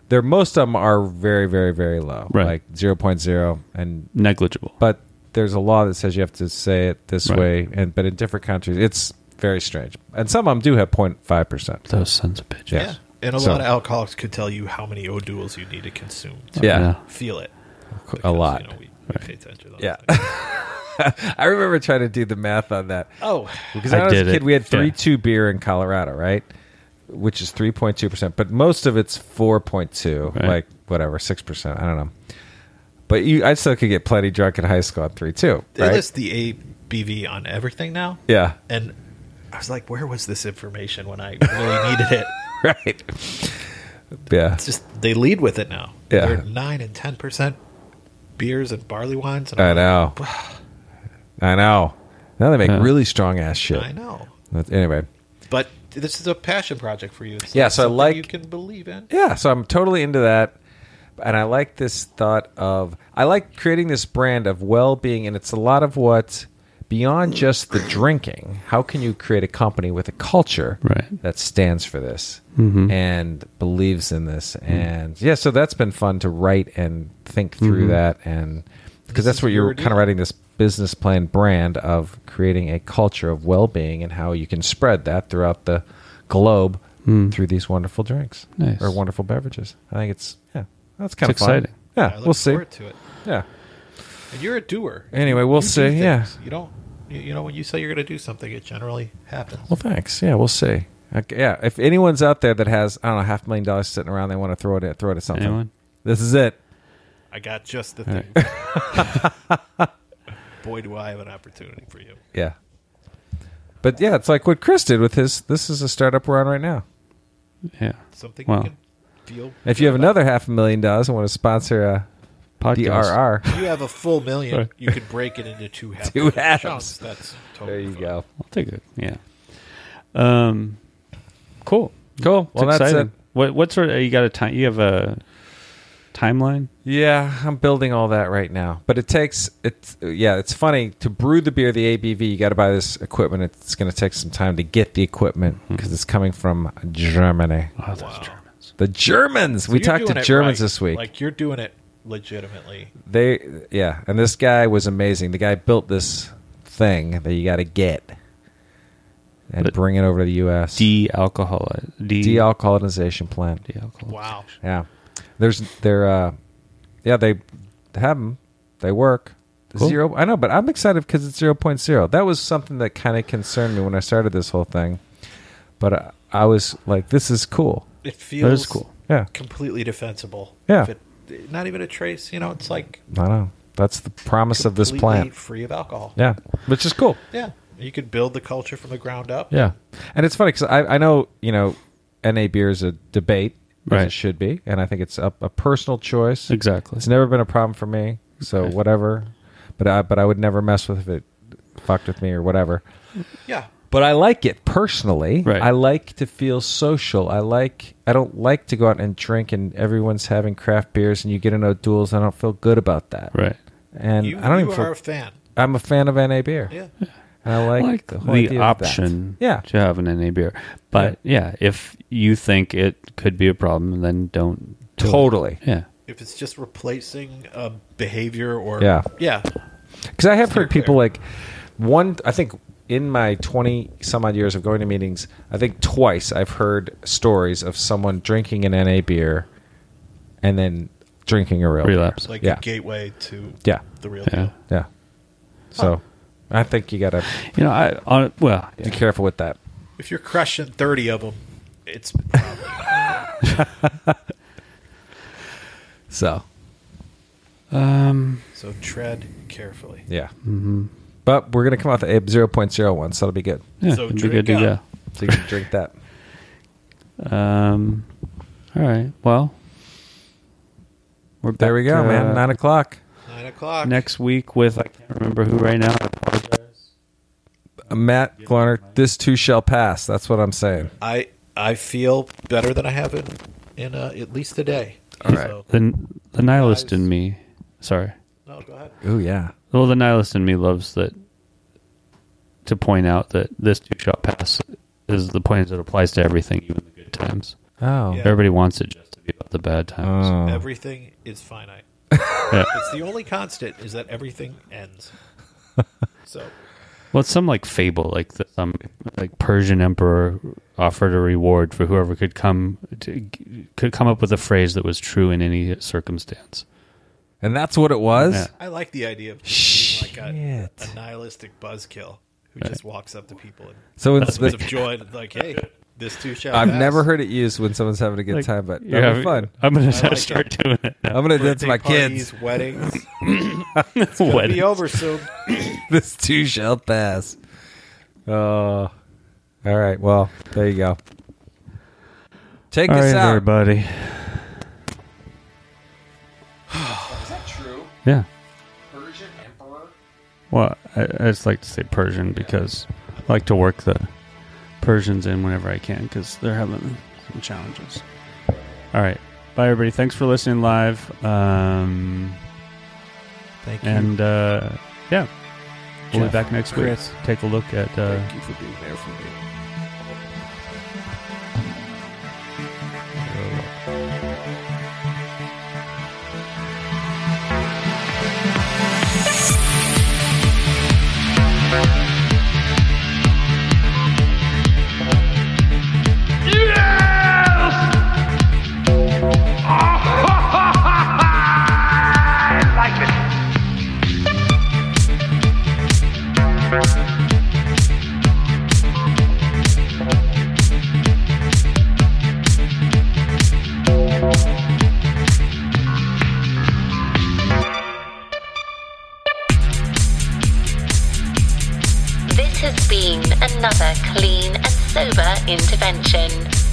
Speaker 1: there most of them are very, very, very low,
Speaker 5: Right.
Speaker 1: like 0.0 and
Speaker 5: Negligible.
Speaker 1: but there's a law that says you have to say it this
Speaker 5: Right.
Speaker 1: way, and but in different countries, it's very strange. And some of them do have 0.5 percent.
Speaker 5: Those sons of bitches.
Speaker 1: Yeah.
Speaker 2: Yeah, and a
Speaker 1: So-
Speaker 2: lot of alcoholics could tell you how many O'Douls you need to consume. To
Speaker 1: Yeah,
Speaker 2: feel it
Speaker 1: a
Speaker 2: because,
Speaker 1: lot.
Speaker 2: You know, we, we pay attention. To those
Speaker 1: Yeah.
Speaker 2: things.
Speaker 1: (laughs) I remember trying to do the math on that.
Speaker 2: Oh,
Speaker 1: Because when
Speaker 5: I
Speaker 1: I, was a
Speaker 5: did
Speaker 1: kid,
Speaker 5: it.
Speaker 1: we had
Speaker 5: Yeah.
Speaker 1: three two beer in Colorado, right? Which is three point two percent, but most of it's four point two,
Speaker 5: Right.
Speaker 1: like whatever, six percent. I don't know. But you, I still could get plenty drunk in high school at three two,
Speaker 2: they
Speaker 1: right?
Speaker 2: list the ABV on everything now.
Speaker 1: Yeah, (laughs)
Speaker 2: And I was like, where was this information when I really needed it?
Speaker 1: right. Yeah,
Speaker 2: It's just they lead with it now.
Speaker 1: Yeah.
Speaker 2: They're nine and ten percent beers and barley wines. And
Speaker 1: I
Speaker 2: I'm like,
Speaker 1: know. I know. Now they make
Speaker 5: Yeah.
Speaker 1: really strong ass shit.
Speaker 2: I know.
Speaker 1: That's- Anyway,
Speaker 2: But this is a passion project for you. It's
Speaker 1: Yeah,
Speaker 2: not
Speaker 1: so I
Speaker 2: something
Speaker 1: like-
Speaker 2: you can believe in.
Speaker 1: yeah so i'm totally into that and i like this thought of i like creating this brand of well-being and it's a lot of what beyond just the drinking how can you create a company with a culture
Speaker 5: Right. Mm-hmm.
Speaker 1: that stands for this and believes in this
Speaker 5: Mm.
Speaker 1: and yeah so that's been fun to write and think
Speaker 5: Mm-hmm.
Speaker 1: through that and because that's
Speaker 2: is
Speaker 1: what you're
Speaker 2: your
Speaker 1: kind of
Speaker 2: deal.
Speaker 1: writing this business plan brand of creating a culture of well-being and how you can spread that throughout the globe through these wonderful drinks
Speaker 5: Hmm. Nice.
Speaker 1: or wonderful beverages. I think it's yeah, that's kind
Speaker 5: It's
Speaker 1: of fun.
Speaker 5: exciting.
Speaker 1: Yeah,
Speaker 2: I look
Speaker 1: we'll see.
Speaker 2: forward to it.
Speaker 1: Yeah.
Speaker 2: And you're a doer.
Speaker 1: Anyway, we'll
Speaker 2: You do
Speaker 1: see. Yeah.
Speaker 2: things. You don't. You you know, when you say you're going to do something, it generally happens.
Speaker 1: Well, thanks. Yeah, we'll see. Okay, yeah, if anyone's out there that has I don't know half a million dollars sitting around, they want to throw it at throw it at something.
Speaker 5: Anyone?
Speaker 1: This is it.
Speaker 2: I got just the thing.
Speaker 1: (laughs)
Speaker 2: Boy, do I have an opportunity for you.
Speaker 1: Yeah. But yeah, it's like what Chris did with his. This is a startup we're on right now.
Speaker 5: Yeah.
Speaker 2: Something
Speaker 5: Wow.
Speaker 2: you can feel.
Speaker 1: If you have another half a million dollars and want to sponsor a
Speaker 5: Podcast.
Speaker 1: DRR,
Speaker 2: You have a full million. You can break it into two
Speaker 1: (laughs)
Speaker 2: half
Speaker 1: Two halves.
Speaker 2: chunks. That's
Speaker 1: there
Speaker 2: totally
Speaker 1: you
Speaker 2: fine.
Speaker 1: go.
Speaker 5: I'll take it. Yeah. Um. Cool.
Speaker 1: Cool.
Speaker 5: It's
Speaker 1: Well, that's
Speaker 5: exciting.
Speaker 1: it.
Speaker 5: What what sort? Of, you got a time? You have a timeline?
Speaker 1: Yeah, I'm building all that right now. But it takes it. Yeah, it's funny to brew the beer. The ABV you got to buy this equipment. It's going to take some time to get the equipment
Speaker 2: Hmm.
Speaker 1: because it's coming from Germany.
Speaker 5: Oh, those Germans.
Speaker 1: The Germans. we
Speaker 2: You're
Speaker 1: talked
Speaker 2: doing
Speaker 1: to
Speaker 2: it
Speaker 1: Germans
Speaker 2: right.
Speaker 1: this week.
Speaker 2: Like you're doing it legitimately.
Speaker 1: they yeah, and this guy was amazing. The guy built this thing that you got to get and
Speaker 5: But-
Speaker 1: bring it over to the U.S.
Speaker 5: De-alcohol. De-
Speaker 1: dealcoholization plant.
Speaker 5: de-alcohol.
Speaker 2: Wow.
Speaker 1: Yeah, there's they're uh, yeah they have them. They work.
Speaker 5: Cool.
Speaker 1: Zero. I know, but I'm excited because it's 0.0. That was something that kind of concerned me when I started this whole thing. But I, I was like, this is cool.
Speaker 2: It feels
Speaker 5: That is cool.
Speaker 1: Yeah,
Speaker 2: completely defensible.
Speaker 1: Yeah.
Speaker 2: If it, not even a trace. You know, it's like
Speaker 1: I know. That's the promise of this
Speaker 2: completely
Speaker 1: plant.
Speaker 2: free of alcohol.
Speaker 1: Yeah, which is cool.
Speaker 2: Yeah. You could build the culture from the ground up.
Speaker 1: Yeah, and it's funny because I, I know you know, NA beer is a debate, as
Speaker 5: Right.
Speaker 1: It should be, and I think it's a, a personal choice.
Speaker 5: Exactly.
Speaker 1: it's never been a problem for me. So
Speaker 5: Okay.
Speaker 1: whatever, but I but I would never mess with if it fucked with me or whatever.
Speaker 2: Yeah.
Speaker 1: But I like it personally.
Speaker 5: Right.
Speaker 1: I like to feel social. I like I don't like to go out and drink and everyone's having craft beers and you get in duels. I don't feel good about that.
Speaker 5: Right.
Speaker 1: And
Speaker 2: You,
Speaker 1: I don't
Speaker 2: you
Speaker 1: even
Speaker 2: are
Speaker 1: feel
Speaker 2: a fan.
Speaker 1: I'm a fan of NA beer.
Speaker 2: Yeah.
Speaker 1: And I like,
Speaker 5: like
Speaker 1: the,
Speaker 5: the,
Speaker 1: whole idea of that.
Speaker 5: option
Speaker 1: Yeah.
Speaker 5: to have an NA beer. But yeah. if you think it could be a problem, then don't. do it.
Speaker 1: Totally.
Speaker 5: Yeah.
Speaker 2: If it's just replacing a behavior or
Speaker 1: Yeah.
Speaker 2: yeah,
Speaker 1: Because I have heard
Speaker 2: clear.
Speaker 1: people like one. I think in my twenty some odd years of going to meetings, I think twice I've heard stories of someone drinking an NA beer and then drinking a real beer.
Speaker 5: Relapse.
Speaker 2: like
Speaker 1: Yeah.
Speaker 2: a gateway to
Speaker 1: Yeah,
Speaker 2: the real
Speaker 5: Yeah.
Speaker 2: deal.
Speaker 1: yeah. So I think you got to
Speaker 5: You know, I on well,
Speaker 1: be careful with that.
Speaker 2: If you're crushing thirty of them, it's
Speaker 1: So
Speaker 2: so tread carefully.
Speaker 1: yeah, but we're gonna come out with a zero point zero one, so it'll be good.
Speaker 5: yeah,
Speaker 2: So
Speaker 5: it'd be
Speaker 2: drink
Speaker 5: good to
Speaker 2: up.
Speaker 1: So you can drink that.
Speaker 5: go. Um, all right. Well,
Speaker 1: (laughs)
Speaker 5: we're
Speaker 1: There we
Speaker 5: back,
Speaker 1: go, man.
Speaker 5: uh,
Speaker 1: Nine o'clock.
Speaker 2: Nine o'clock.
Speaker 5: next week with I can't remember who right now.
Speaker 1: Uh, Matt Glarner, this too shall pass. That's what I'm saying.
Speaker 2: I I feel better than I have in in uh, at least a day.
Speaker 5: All right. The the nihilist in me. Sorry.
Speaker 2: no, go ahead.
Speaker 1: Oh yeah.
Speaker 5: Well, the nihilist in me loves that to point out that this two shot pass is the point that applies to everything, even the good times.
Speaker 1: Oh.
Speaker 2: Yeah. Uh.
Speaker 5: Everybody wants it just to be about the bad times.
Speaker 1: Oh.
Speaker 2: Everything
Speaker 1: (laughs)
Speaker 2: is finite.
Speaker 5: Yeah.
Speaker 2: It's the only constant is that everything
Speaker 1: (laughs)
Speaker 2: ends. So
Speaker 5: Well, it's some like fable, like the, some like Persian emperor offered a reward for whoever could come to, could come up with a phrase that was true in any circumstance.
Speaker 1: And that's what it was.
Speaker 5: Yeah.
Speaker 2: I like the idea of just being like a,
Speaker 1: Shit.
Speaker 2: a nihilistic buzzkill who just walks up to people and
Speaker 1: So it's,
Speaker 2: smiles of joy and like, hey, this too shall
Speaker 1: I've
Speaker 2: pass.
Speaker 1: never heard it used when someone's having a good
Speaker 5: Like,
Speaker 1: time, but
Speaker 5: you're
Speaker 1: that'd be
Speaker 5: having-
Speaker 1: fun.
Speaker 5: I'm gonna
Speaker 2: like
Speaker 5: start doing it. Now.
Speaker 1: I'm gonna do it to my
Speaker 2: parties,
Speaker 1: kids.
Speaker 2: weddings. It'll
Speaker 5: Weddings.
Speaker 2: be
Speaker 1: (laughs)
Speaker 2: over soon.
Speaker 1: This too shall pass. Oh, all right. Well, there you go. Take
Speaker 5: All
Speaker 1: us
Speaker 5: right,
Speaker 1: out.
Speaker 5: everybody. Is that true? Yeah. Persian emperor. Well, I, I just like to say Persian because I like to work the Persians in whenever I can because they're having some challenges. All right. Bye, everybody. Thanks for listening live. Um,
Speaker 2: Thank
Speaker 5: and uh, yeah, we'll
Speaker 1: Jeff,
Speaker 5: be back next week.
Speaker 1: Chris.
Speaker 5: Take a look at. Uh,
Speaker 1: you for being there for me.
Speaker 3: clean and sober intervention.